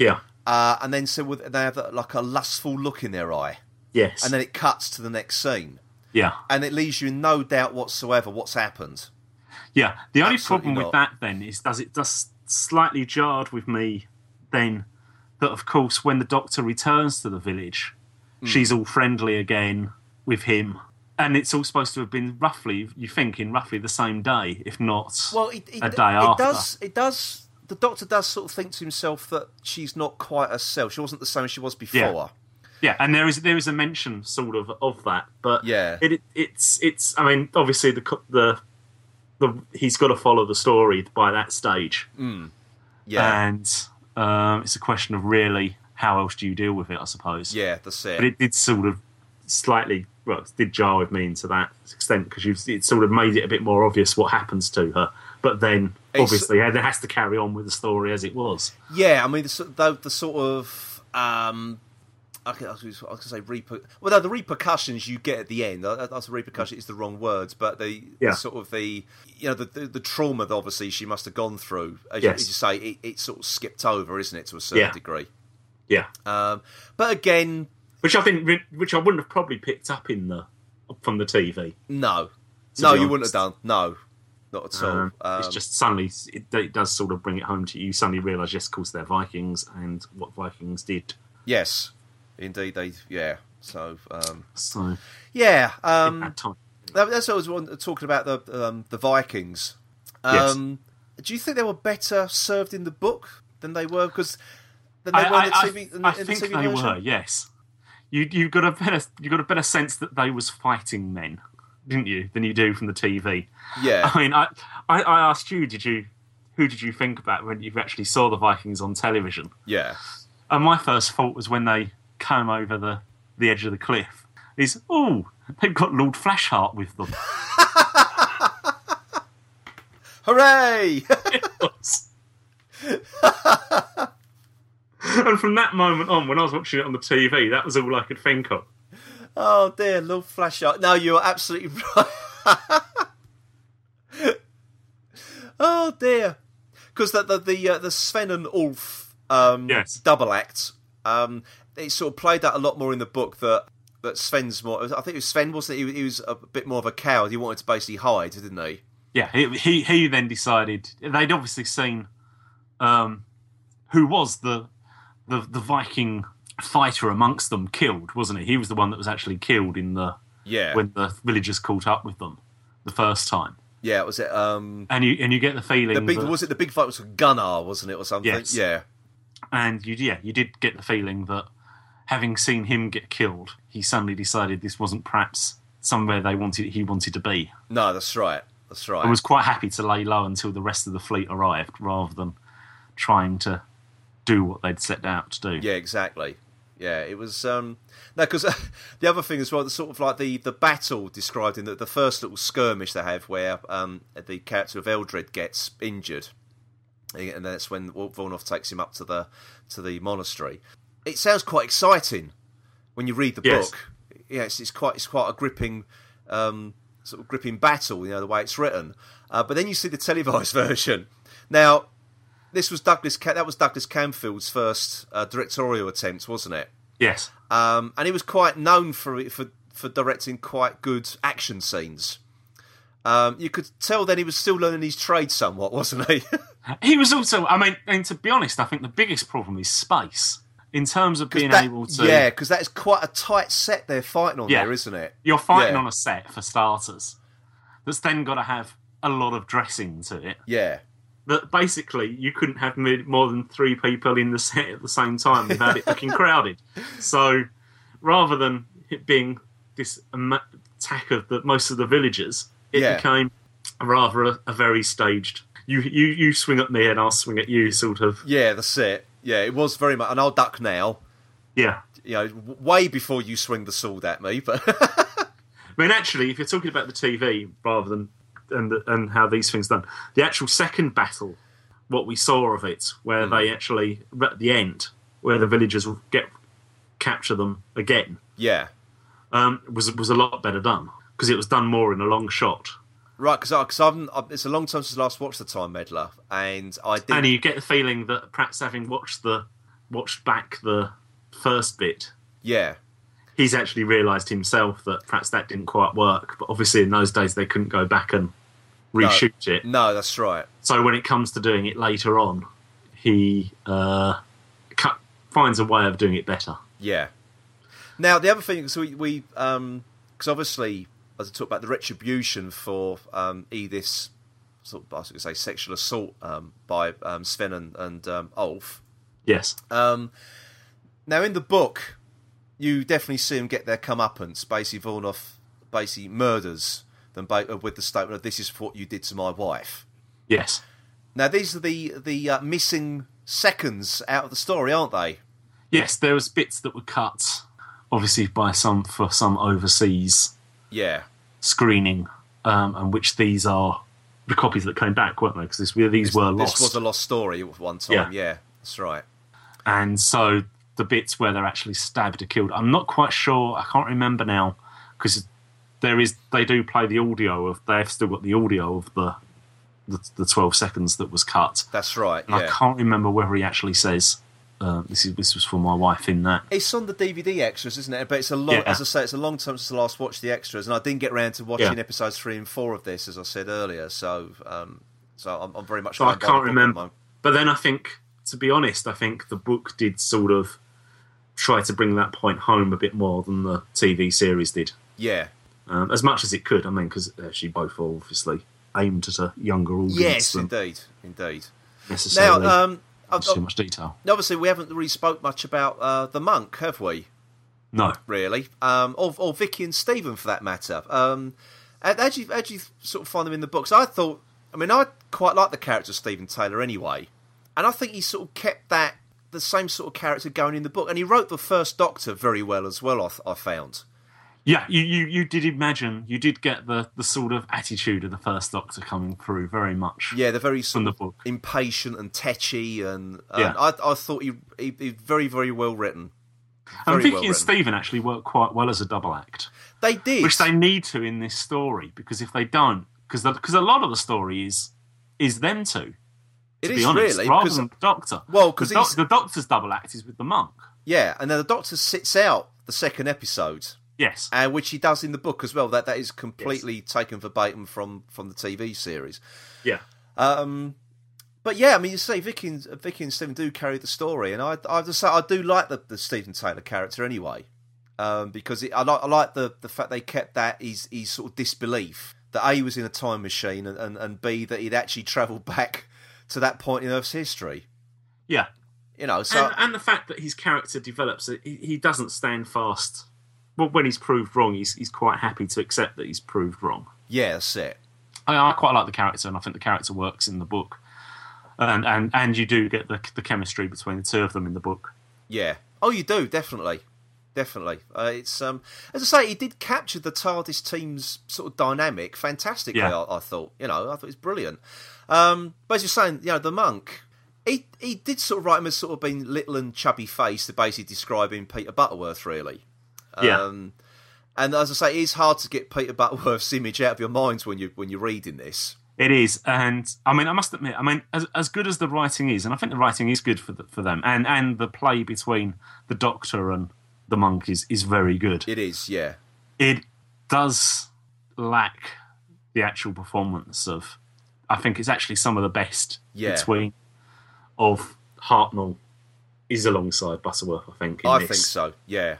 S2: yeah
S1: uh, and then so with, they have uh, like a lustful look in their eye,
S2: yes
S1: and then it cuts to the next scene,
S2: yeah
S1: and it leaves you in no doubt whatsoever what's happened.
S2: yeah the only
S1: Absolutely
S2: problem
S1: not.
S2: with that then is does it does slightly jarred with me then that of course when the doctor returns to the village
S1: Hmm.
S2: she's all friendly again with him and it's all supposed to have been roughly you think in roughly the same day if not
S1: Well, it, it,
S2: A day
S1: it
S2: after.
S1: does it does the Doctor does sort of think to himself that she's not quite herself. She wasn't the same as she was before.
S2: Yeah, and there is there is a mention sort of of that, but
S1: Yeah.
S2: it, it it's it's I mean obviously the co- the the he's got to follow the story by that stage,
S1: Yeah,
S2: and um, it's a question of really how else do you deal with it, I suppose.
S1: yeah, that's it.
S2: but it did sort of slightly well it did jar with me into that extent because you've it sort of made it a bit more obvious what happens to her, but then
S1: It's-
S2: obviously it has to carry on with the story as it was.
S1: Yeah, I mean the, sort- the, the sort of um, I can, I was going to say reper- well, no, the repercussions you get at the end. I, I, that's repercussion is the wrong words, but the,
S2: Yeah.
S1: the sort of the you know the, the the trauma that obviously she must have gone through. As, you,
S2: Yes.
S1: as you say, it, it sort of skipped over, isn't it, to a certain
S2: Yeah.
S1: degree?
S2: Yeah,
S1: Um, but again,
S2: which I didn't, re- which I wouldn't have probably picked up in the from the TV.
S1: no,
S2: To
S1: no,
S2: be
S1: you wouldn't have
S2: honest.
S1: done. No, not at all.
S2: Um, it's
S1: Um,
S2: just suddenly it, it does sort of bring it home to you. You suddenly realise, yes, of course, they're Vikings and what Vikings did.
S1: yes, indeed, they yeah. So um,
S2: So
S1: yeah, um,
S2: at time,
S1: That, that's what I was want- talking about the um, the Vikings. Um, Do you think they were better served in the book than they were? Because than they
S2: I,
S1: were in the
S2: I- I-
S1: TV, in the,
S2: I
S1: in the
S2: think
S1: TV
S2: they
S1: version?
S2: were. Yes, you you got a better you got a better sense that they was fighting men, didn't you? Than you do from the TV.
S1: Yeah,
S2: I mean, I, I I asked you, did you who did you think about when you actually saw the Vikings on television?
S1: yeah,
S2: And my first thought was when they came over the, the edge of the cliff is, oh, they've got Lord Flashheart with them.
S1: hooray!
S2: and from that moment on, when I was watching it on the TV, that was all I could think of.
S1: oh dear, love flash out. No, you are absolutely right. oh dear, because the the the, uh, the Sven and Ulf um,
S2: Yes.
S1: double act. Um, it sort of played out a lot more in the book that that Sven's more. I think it was Sven wasn't. He, he was a bit more of a coward. He wanted to basically hide, didn't he?
S2: Yeah, he, he, he then decided they'd obviously seen um, who was the, the the Viking fighter amongst them killed, wasn't he? He was the one that was actually killed in the
S1: Yeah,
S2: when the villagers caught up with them the first time.
S1: yeah. Was it um
S2: And you and you get the feeling
S1: the big?
S2: that-
S1: Was it the big fight was Gunnar, wasn't it, or something?
S2: Yes.
S1: Yeah,
S2: and you yeah you did get the feeling that having seen him get killed he suddenly decided this wasn't perhaps somewhere they wanted he wanted to be
S1: no, that's right, that's right.
S2: i was quite happy to lay low until the rest of the fleet arrived rather than trying to do what they'd set out to do
S1: Yeah, exactly. Yeah, it was. Um, no, because the other thing as well, the sort of like the, the battle described in the, the first little skirmish they have, where um, the character of Eldred gets injured, and that's when Volnov takes him up to the to the monastery. It sounds quite exciting when you read the
S2: Yes.
S1: book. Yeah, it's, it's quite it's quite a gripping um, sort of gripping battle, you know, the way it's written. Uh, but then you see the televised version. Now, this was Douglas Ca- that was Douglas Camfield's first uh, directorial attempt, wasn't it?
S2: Yes.
S1: um, and he was quite known for for for directing quite good action scenes. Um, you could tell then he was still learning his trade somewhat, wasn't he?
S2: He was also, I mean, and to be honest, I think the biggest problem is space in terms of being
S1: That-
S2: able to.
S1: yeah, because that's quite a tight set they're fighting on
S2: Yeah.
S1: there, isn't it?
S2: You're fighting
S1: Yeah.
S2: on a set for starters. That's then got to have a lot of dressing to it.
S1: Yeah,
S2: That basically you couldn't have mo- more than three people in the set at the same time without it looking crowded. So rather than it being this ama- attack of the, most of the villagers, it
S1: Yeah.
S2: became rather a, a very staged. You, you you swing at me and I'll swing at you, sort of.
S1: yeah, that's it. Yeah, it was very much, and I'll duck now.
S2: Yeah.
S1: You know, w- way before you swing the sword at me, but
S2: I mean, actually, if you're talking about the TV rather than and and how these things done, the actual second battle, what we saw of it, where they actually at the end, where the villagers will get capture them again,
S1: yeah,
S2: um, was was a lot better done because it was done more in a long shot,
S1: right. Because because I'm, i it's a long time since I last watched the Time Meddler, and I did.
S2: and you get the feeling that perhaps having watched the watched back the first bit.
S1: yeah,
S2: He's actually realised himself that perhaps that didn't quite work, but obviously in those days they couldn't go back and reshoot it.
S1: no, that's right.
S2: So when it comes to doing it later on, he uh, cut, finds a way of doing it better.
S1: Yeah. Now the other thing, so we, we um, because obviously, as I talked about the retribution for um, Edith's sort of, I was going to say sexual assault um, by um, Sven and, and um, Ulf.
S2: Yes.
S1: Um, now in the book, you definitely see him get their comeuppance. Basically, Vornoff basically murders them ba- with the statement of "This is what you did to my wife."
S2: Yes.
S1: Now these are the the uh, missing seconds out of the story, aren't they?
S2: Yes. There was bits that were cut, obviously by some for some overseas
S1: Yeah.
S2: screening, um, and which these are the copies that came back, weren't they? Because these were lost,
S1: This was a lost story at one time. Yeah, that's right.
S2: and so the bits where they're actually stabbed or killed. I'm not quite sure. I can't remember now because there is they do play the audio of they've still got the audio of the the, the 12 seconds that was cut.
S1: That's right.
S2: And I
S1: Yeah,
S2: can't remember whether he actually says uh, this is this was for my wife in that.
S1: it's on the DVD extras, isn't it? But it's a long,
S2: Yeah.
S1: as I say, it's a long time since I last watched the extras, and I didn't get around to watching
S2: Yeah.
S1: episodes three and four of this, as I said earlier. So, um, so I'm, I'm very much.
S2: So I
S1: going by the
S2: can't
S1: book at the
S2: remember.
S1: moment.
S2: But then I think, to be honest, I think the book did sort of try to bring that point home a bit more than the TV series did,
S1: Yeah.
S2: um, as much as it could. I mean, because actually both are obviously aimed at a younger audience
S1: Yes,
S2: than
S1: indeed, indeed. Now,
S2: necessarily
S1: um, I've,
S2: too much detail.
S1: obviously, we haven't really spoke much about uh, the monk, have we?
S2: No,
S1: Really, um, or, or Vicky and Stephen, for that matter. Um, how how do you how do you sort of find them in the books? I thought, I mean, I quite like the character of Stephen Taylor anyway, and I think he sort of kept that the same sort of character going in the book, and he wrote the first Doctor very well as well. I, th- I found,
S2: yeah, you, you you did imagine you did get the the sort of attitude of the first Doctor coming through very much.
S1: yeah, they're very sort
S2: From the
S1: of
S2: book,
S1: impatient and tetchy, and, and
S2: Yeah.
S1: I, I thought he, he he very very well written.
S2: and
S1: Very
S2: Vicky
S1: well written.
S2: and Stephen actually work quite well as a double act.
S1: They did,
S2: which they need to in this story because if they don't, because because a lot of the story is is them two.
S1: It
S2: To
S1: is
S2: be honest,
S1: really
S2: rather
S1: because-
S2: than the Doctor.
S1: Well, 'cause
S2: the, doc-
S1: he's-
S2: the Doctor's double act is with the monk.
S1: yeah, and then the Doctor sits out the second episode.
S2: Yes,
S1: uh, which he does in the book as well. That that is completely taken verbatim from from the TV series.
S2: yeah,
S1: Um, but yeah, I mean, you say Vicky and, Vicky and Stephen do carry the story, and I I just say I do like the, the Stephen Taylor character anyway, um, because it, I like I like the the fact they kept that his his sort of disbelief that a he was in a time machine and and, and b that he'd actually travelled back to that point in Earth's history.
S2: yeah,
S1: You know, so
S2: and, and the fact that his character develops, he, he doesn't stand fast. Well, when he's proved wrong, he's he's quite happy to accept that he's proved wrong.
S1: yeah, that's it.
S2: I, I quite like the character, and I think the character works in the book, and and and you do get the the chemistry between the two of them in the book.
S1: Yeah. Oh, you do definitely. definitely. Uh, it's um, as I say, he did capture the TARDIS team's sort of dynamic fantastically.
S2: Yeah.
S1: I, I thought, you know, I thought it was brilliant. Um, but as you're saying, you know, the monk, he he did sort of write him as sort of being little and chubby faced, basically describing Peter Butterworth, really.
S2: Yeah.
S1: Um, and as I say, it's hard to get Peter Butterworth's image out of your minds when you when you're reading this.
S2: It is, and I mean, I must admit, I mean, as, as good as the writing is, and I think the writing is good for the, for them, and and the play between the Doctor and the monk is is very good.
S1: It is, yeah,
S2: It does lack the actual performance of, I think it's actually some of the best
S1: Yeah.
S2: between of Hartnell is alongside Butterworth. I think. in
S1: I
S2: this.
S1: think so. Yeah,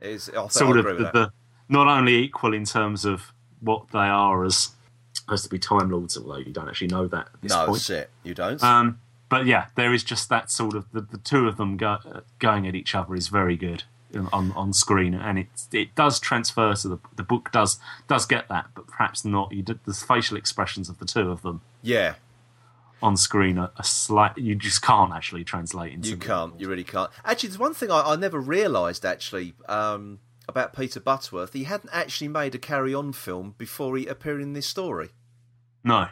S1: it is. I, think,
S2: sort
S1: I
S2: of
S1: agree with
S2: the,
S1: that.
S2: the not only equal in terms of what they are as supposed to be Time Lords, although you don't actually know that at this
S1: no,
S2: point.
S1: that's it. You don't.
S2: Um, but yeah, there is just that sort of the, the two of them go, uh, going at each other is very good in- on on screen, and it it does transfer to the the book does does get that, but perhaps not. You did, the facial expressions of the two of them
S1: yeah,
S2: on screen are, are slight. You just can't actually translate into
S1: You
S2: the-
S1: can't. You really can't. Actually, there's one thing I, I never realised actually um, about Peter Butterworth. He hadn't actually made a Carry On film before he appeared in this story,
S2: no.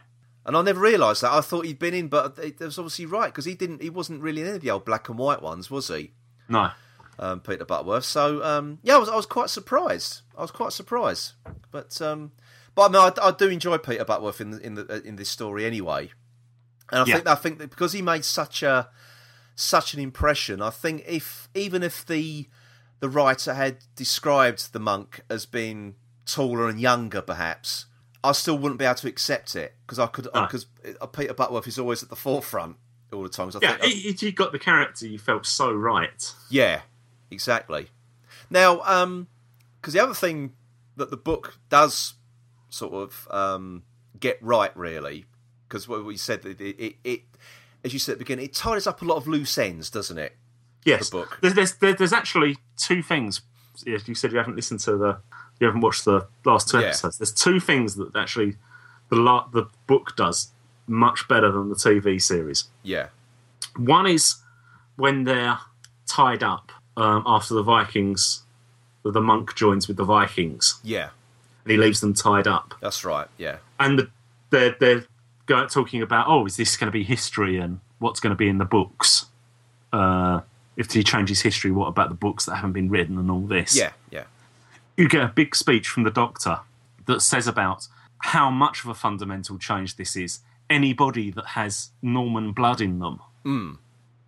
S1: and I never realised that. I thought he'd been in, but it, it was obviously right because he didn't. He wasn't really in any of the old black and white ones, was he,
S2: No,
S1: um, Peter Butterworth? So um, yeah, I was, I was quite surprised. I was quite surprised, but um, but I, mean, I, I do enjoy Peter Butterworth in the, in the, in this story anyway, and I
S2: Yeah.
S1: think I think that because he made such a such an impression. I think if even if the the writer had described the monk as being taller and younger, perhaps I still wouldn't be able to accept it because I could
S2: No.
S1: because Peter Butterworth is always at the forefront all the time. So I
S2: yeah,
S1: think I-
S2: it- it- you got the character. You felt so right.
S1: yeah, exactly. Now, um 'cause because the other thing that the book does sort of um, get right, really, because what we said that it, it, it, as you said at the beginning, it ties up a lot of loose ends, doesn't it?
S2: yes.
S1: the book.
S2: There's, there's, there- there's actually two things. Yes, you said you haven't listened to the, you haven't watched the last two
S1: Yeah.
S2: episodes. There's two things that actually the la- the book does much better than the TV series.
S1: Yeah,
S2: One is when they're tied up um, after the Vikings, the monk joins with the Vikings
S1: yeah,
S2: and he leaves them tied up,
S1: that's right. Yeah,
S2: and the, they're they're go, talking about oh, is this going to be history and what's going to be in the books. Uh, if he changes history, what about the books that haven't been written and all this?
S1: yeah, yeah,
S2: you get a big speech from the doctor that says about how much of a fundamental change this is. Anybody that has Norman blood in them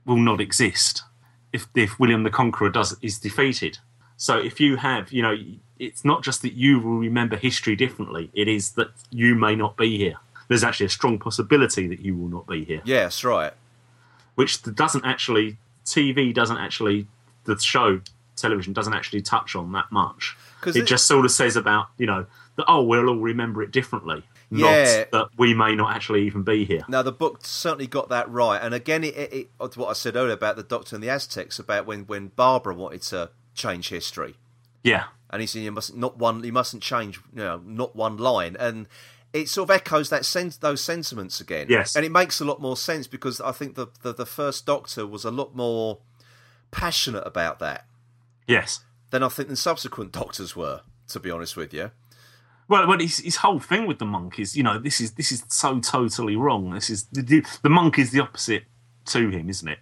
S2: will not exist if, if William the Conqueror does is defeated. So if you have, you know, it's not just that you will remember history differently. It is that you may not be here. There's actually a strong possibility that you will not be here
S1: yeah, that's right.
S2: which doesn't actually TV doesn't actually the show television doesn't actually touch on that much.
S1: 'Cause
S2: It,
S1: it-
S2: just sort of says about you know that oh we'll all remember it differently.
S1: Yeah.
S2: Not that we may not actually even be here.
S1: Now the book certainly got that right, and again, it, it, it what I said earlier about the Doctor and the Aztecs about when when Barbara wanted to change history.
S2: Yeah,
S1: and he said you must not one you mustn't change you know not one line and it sort of echoes that sense those sentiments again
S2: Yes.
S1: and it makes a lot more sense because i think the the, the first doctor was a lot more passionate about that
S2: yes.
S1: than i think the subsequent doctors were to be honest with you
S2: Well, well, his, his whole thing with the monk is, you know, this is this is so totally wrong. This is the, the, the monk is the opposite to him, isn't it?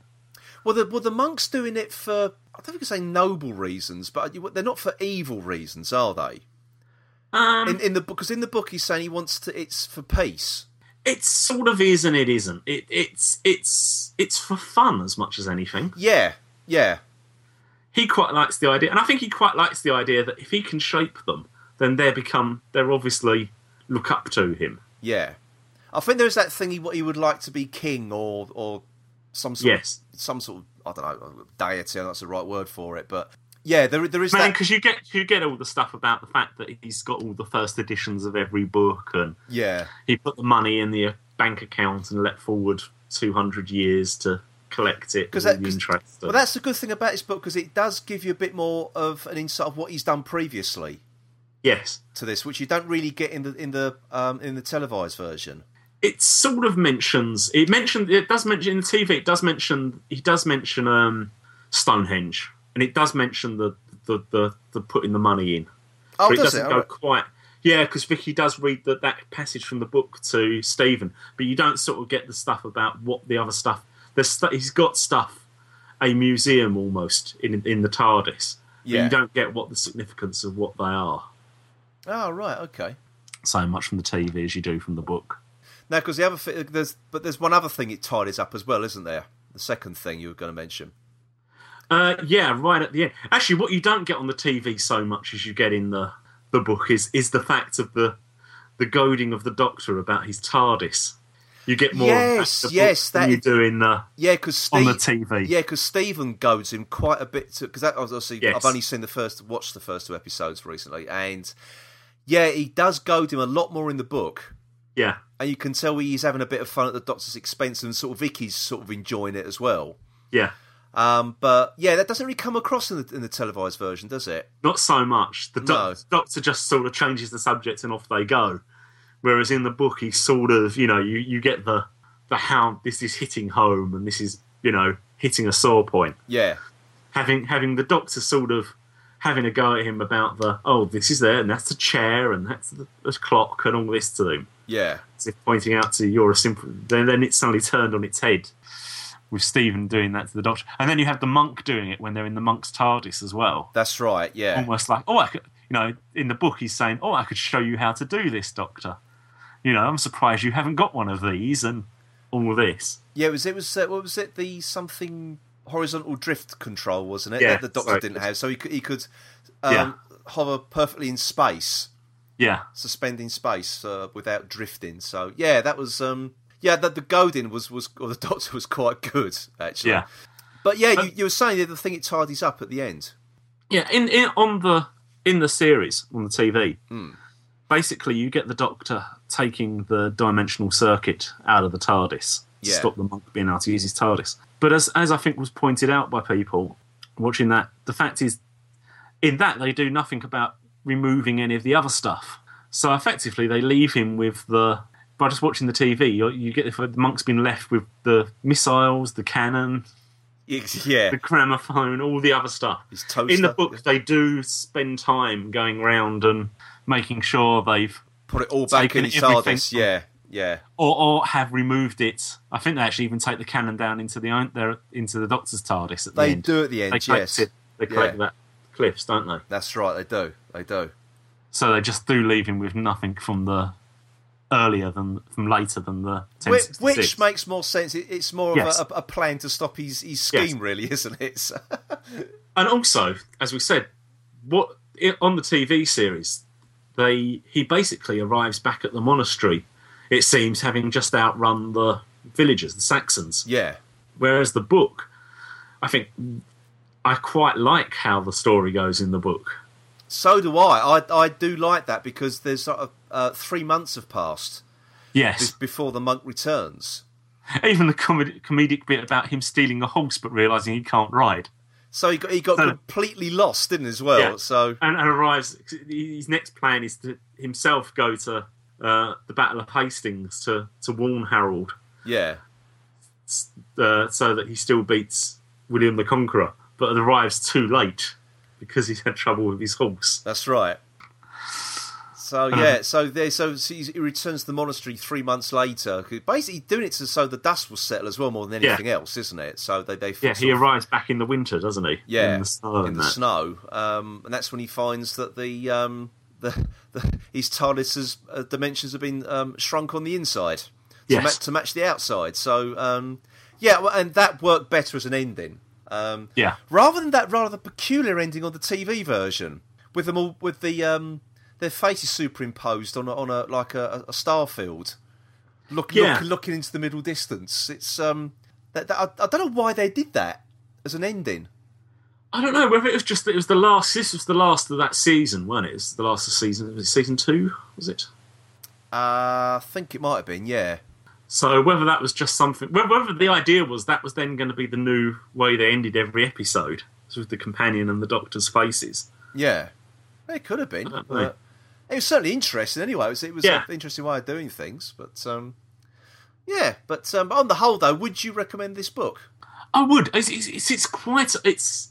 S1: well the, well the monks doing it for i don't think you say noble reasons but you- they're not for evil reasons are they
S2: Um,
S1: in, in the because in the book he's saying he wants to it's for peace
S2: it sort of is and it isn't. It, it's it's it's for fun as much as anything.
S1: yeah yeah
S2: he quite likes the idea, and I think he quite likes the idea that if he can shape them, then they become they're obviously look up to him.
S1: Yeah, I think there is that thing he, he would like to be king or or some sort
S2: Yes.
S1: of, some sort of I don't know deity. I don't know if that's the right word for it, but yeah, there there is
S2: Man,
S1: that.
S2: because you get you get all the stuff about the fact that he's got all the first editions of every book, and
S1: Yeah,
S2: he put the money in the bank account and let forward two hundred years to collect it
S1: because
S2: because
S1: that,
S2: the
S1: 'cause-
S2: interest.
S1: well, that's the good thing about this book because it does give you a bit more of an insight of what he's done previously
S2: yes,
S1: to this, which you don't really get in the in the um, in the televised version.
S2: it sort of mentions it mentioned it does mention in the TV it does mention he does mention um, Stonehenge and it does mention the the, the, the putting the money in.
S1: Oh,
S2: But
S1: does it?
S2: doesn't go
S1: Alright.
S2: quite. Yeah, because Vicky does read that that passage from the book to Stephen, but you don't sort of get the stuff about what the other stuff. There's stu- he's got stuff, a museum almost in in the TARDIS. but
S1: Yeah.
S2: you don't get what the significance of what they are
S1: Oh, right. Okay.
S2: so much from the TV as you do from the book.
S1: Now, because the other thing, there's but there's one other thing it tidies up as well, isn't there? The second thing you were going to mention.
S2: Uh, yeah, right at the end. Actually, what you don't get on the TV so much as you get in the the book is is the fact of the the goading of the Doctor about his TARDIS. You get more
S1: Yes,
S2: of that in the book
S1: yes,
S2: than
S1: that
S2: you
S1: is-
S2: do in the
S1: Yeah, because Steve,
S2: On the TV.
S1: Yeah, because Stephen goads him quite a bit because that obviously
S2: Yes.
S1: I've only seen the first, watched the first two episodes recently, and yeah, he does goad him a lot more in the book,
S2: yeah.
S1: and you can tell he's having a bit of fun at the Doctor's expense, and sort of Vicky's sort of enjoying it as well.
S2: Yeah,
S1: Um, but yeah, that doesn't really come across in the, in the televised version, does it?
S2: not so much. The doc-
S1: No.
S2: doctor just sort of changes the subject and off they go. Whereas in the book, he sort of, you know, you, you get the the how this is hitting home and this is, you know, hitting a sore point.
S1: Yeah,
S2: Having having the doctor sort of having a go at him about the oh this is there and that's the chair and that's the, the clock and all this to him
S1: yeah,
S2: as if pointing out to you're a simple. Then, then it's suddenly turned on its head with Stephen doing that to the doctor, and then you have the monk doing it when they're in the monk's TARDIS as well.
S1: that's right. Yeah,
S2: almost like, oh, I could, you know, in the book he's saying, oh, I could show you how to do this, Doctor. You know, I'm surprised you haven't got one of these and all this.
S1: yeah. It was it was uh, what was it? The something horizontal drift control, wasn't it?
S2: Yeah,
S1: that the Doctor
S2: sorry.
S1: didn't have, so he could he could um,
S2: Yeah.
S1: hover perfectly in space.
S2: Yeah,
S1: suspending space uh, without drifting. So yeah, that was um yeah that the goading was was or the doctor was quite good actually.
S2: yeah, Uh,
S1: But yeah, you, you were saying the other thing it tidies up at the end.
S2: yeah. In, in on the in the series on the TV, basically you get the Doctor taking the dimensional circuit out of the TARDIS to
S1: Yeah.
S2: stop the monk being able to use his TARDIS. But as as I think was pointed out by people watching that, the fact is, in that they do nothing about removing any of the other stuff. So effectively, they leave him with the. By just watching the TV, you you get the monk's been left with the missiles, the cannon,
S1: Yeah,
S2: the gramophone, all the other stuff.
S1: His toaster.
S2: In the book, they do spend time going round and making sure they've
S1: put it all back in
S2: taken
S1: his
S2: everything.
S1: TARDIS. Yeah, yeah,
S2: or, or have removed it. I think they actually even take the cannon down into the own- their, into the Doctor's TARDIS at the
S1: they
S2: end.
S1: do at the end.
S2: They collect
S1: yes,
S2: it. They collect that cliffs, don't they?
S1: that's right. They do. They do.
S2: So they just do leave him with nothing from the earlier than from later than the 10,
S1: Which,
S2: 66.
S1: which makes more sense. It, it's more
S2: Yes.
S1: of a, a plan to stop his, his scheme, really, isn't it? So-
S2: and also, as we said, what i- on the TV series, they he basically arrives back at the monastery. It seems having just outrun the villagers, the Saxons.
S1: yeah,
S2: Whereas the book, I think, I quite like how the story goes in the book.
S1: so do I. I I do like that because there's sort of, uh, three months have passed
S2: Yes,
S1: before the monk returns.
S2: even the comedi- comedic bit about him stealing a horse but realizing he can't ride,
S1: So he got, he got
S2: So-
S1: completely lost, didn't he, as well?
S2: Yeah.
S1: So
S2: and, and arrives. His next plan is to himself go to uh, the Battle of Hastings to to warn Harold,
S1: yeah,
S2: uh, so that he still beats William the Conqueror, but arrives too late because he's had trouble with his horse.
S1: that's right. So yeah, so there, so he he returns to the monastery three months later. Basically, doing it to, so the dust will settle as well, more than
S2: Yeah.
S1: anything else, isn't it? So they they
S2: Yeah,
S1: sort
S2: he
S1: of-
S2: arrives back in the winter, doesn't he?
S1: yeah
S2: in the snow.
S1: in
S2: and
S1: the
S2: that.
S1: snow. um, and that's when he finds that the um the, the his TARDIS's uh, dimensions have been um, shrunk on the inside to,
S2: Yes.
S1: ma- to match the outside. So um, yeah, well, and that worked better as an ending. Um,
S2: Yeah,
S1: rather than that rather peculiar ending on the TV version with them all with the um their faces superimposed on a, on a like a, a star field, look,
S2: Yeah.
S1: look looking into the middle distance. It's um that, that, I, I don't know why they did that as an ending.
S2: I don't know whether it was just that it was the last. This was the last of that season, wasn't it? It was the last of season. Was it season two? Was it?
S1: Uh, I think it might have been yeah.
S2: So whether that was just something, whe- whether the idea was that was then going to be the new way they ended every episode was with the companion and the doctor's faces.
S1: Yeah, it could have been.
S2: don't know.
S1: But it was certainly interesting. Anyway, it was, it was
S2: Yeah.
S1: an interesting way of doing things. But um, yeah. But um, on the whole, though, would you recommend this book?
S2: I would. It's, it's, it's, it's quite. It's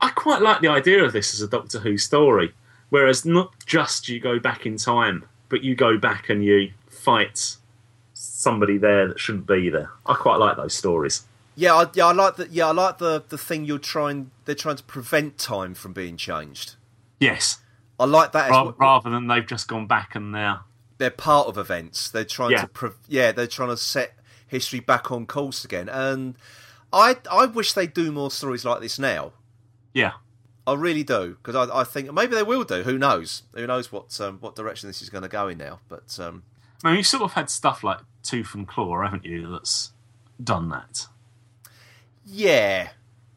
S2: I quite like the idea of this as a Doctor Who story, whereas not just you go back in time, but you go back and you fight somebody there that shouldn't be there. I quite like those stories.
S1: Yeah, I, yeah, I like the yeah, I like the the thing you're trying. They're trying to prevent time from being changed.
S2: Yes,
S1: I like that. as
S2: rather,
S1: what-
S2: rather than they've just gone back and now.
S1: they're part of events. They're trying
S2: Yeah.
S1: to pre- yeah, they're trying to set history back on course again. And I I wish they do more stories like this now.
S2: Yeah,
S1: I really do because I, I think maybe they will do. Who knows? Who knows what um, what direction this is going to go in now? But um,
S2: I mean, you sort of had stuff like Tooth and Claw, haven't you? That's done that,
S1: yeah,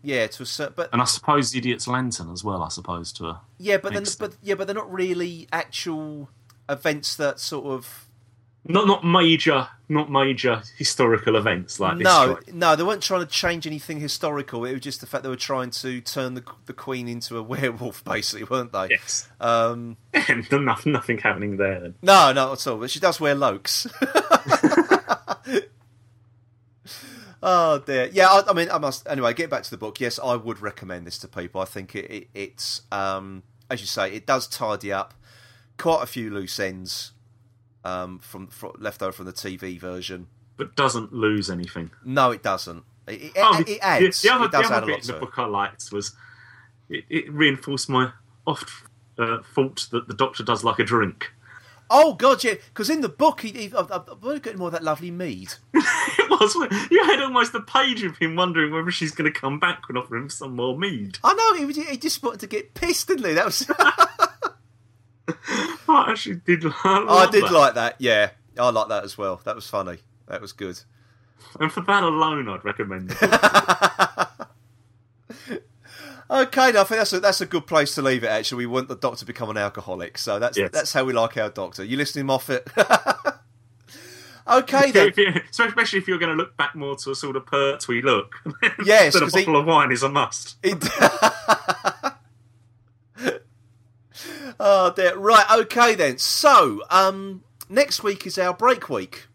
S1: yeah, to a certain but
S2: and I suppose the Idiot's Lantern as well. I suppose to a
S1: yeah, but then
S2: Makes
S1: but yeah, but they're not really actual events that sort of
S2: not not major, not major historical events like this.
S1: no,
S2: right?
S1: no, they weren't trying to change anything historical. It was just the fact they were trying to turn the the queen into a werewolf, basically, weren't they?
S2: yes,
S1: Um,
S2: nothing, nothing happening there. Then.
S1: No, not at all. But she does wear lokes. oh dear. Yeah, I, I mean, I must. Anyway, get back to the book. Yes, I would recommend this to people. I think it, it, it's, um, as you say, it does tidy up quite a few loose ends um, from, from left over from the TV version.
S2: but doesn't lose anything.
S1: No, it doesn't. It, it,
S2: Oh,
S1: it adds.
S2: The, the other,
S1: it does
S2: the
S1: add
S2: other
S1: a
S2: bit
S1: lot
S2: in
S1: to
S2: the
S1: it.
S2: book I liked was it, it reinforced my oft uh, fault that the doctor does like a drink.
S1: Oh god, yeah. Because in the book, he, he, I, I, I'm getting more of that lovely mead.
S2: It was you had almost a page of him wondering whether she's going to come back and offer him some more mead.
S1: I know. He, was- he just wanted to get pissed, didn't he? That was.
S2: I actually did. like-
S1: Oh, I
S2: love
S1: did
S2: that.
S1: like that. Yeah, I like that as well. That was funny. That was good.
S2: and for that alone, I'd recommend it.
S1: Okay, now I think that's a, that's a good place to leave it. Actually, we want the doctor to become an alcoholic, so that's
S2: Yes.
S1: that's how we like our doctor. You listening, Moffat? okay then.
S2: If you- so especially if you're going to look back more to a sort of pertwee look.
S1: Yes,
S2: then a
S1: 'cause he-
S2: bottle of wine is a must.
S1: It- oh dear. Right. Okay then. So um, next week is our break week.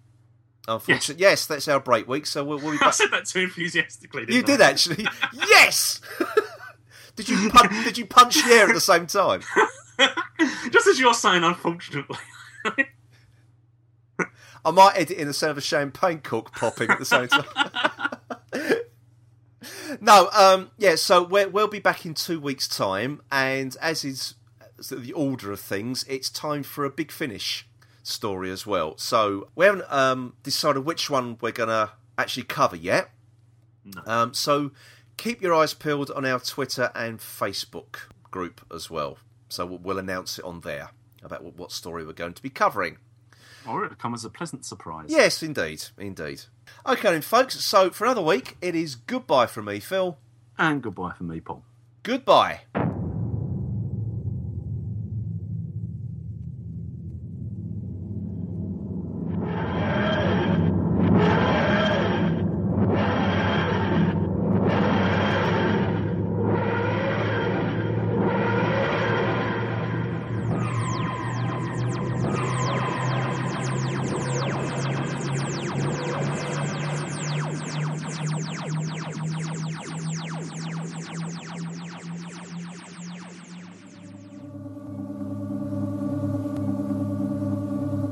S1: Unfortunately, yes, that's our break week. So we'll, we'll be
S2: I
S1: back.
S2: said that too enthusiastically. Didn't
S1: You
S2: I?
S1: did actually. yes. did you pun- did you punch the air at the same time?
S2: Just as you're saying, unfortunately.
S1: I might edit in a sound of a champagne cork popping at the same time. no, um, yeah. So we're, we'll be back in two weeks' time, and as is sort of the order of things, it's time for a big finish story as well. So we haven't um, decided which one we're gonna actually cover yet. Um, so keep your eyes peeled on our Twitter and Facebook group as well. So we'll, we'll announce it on there about what- what story we're going to be covering.
S2: Or it'll come as a pleasant surprise.
S1: Yes, indeed, indeed. Okay, then, folks. So for another week, it is goodbye from me, Phil.
S2: And goodbye from me, Paul.
S1: Goodbye.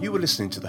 S1: You were listening to the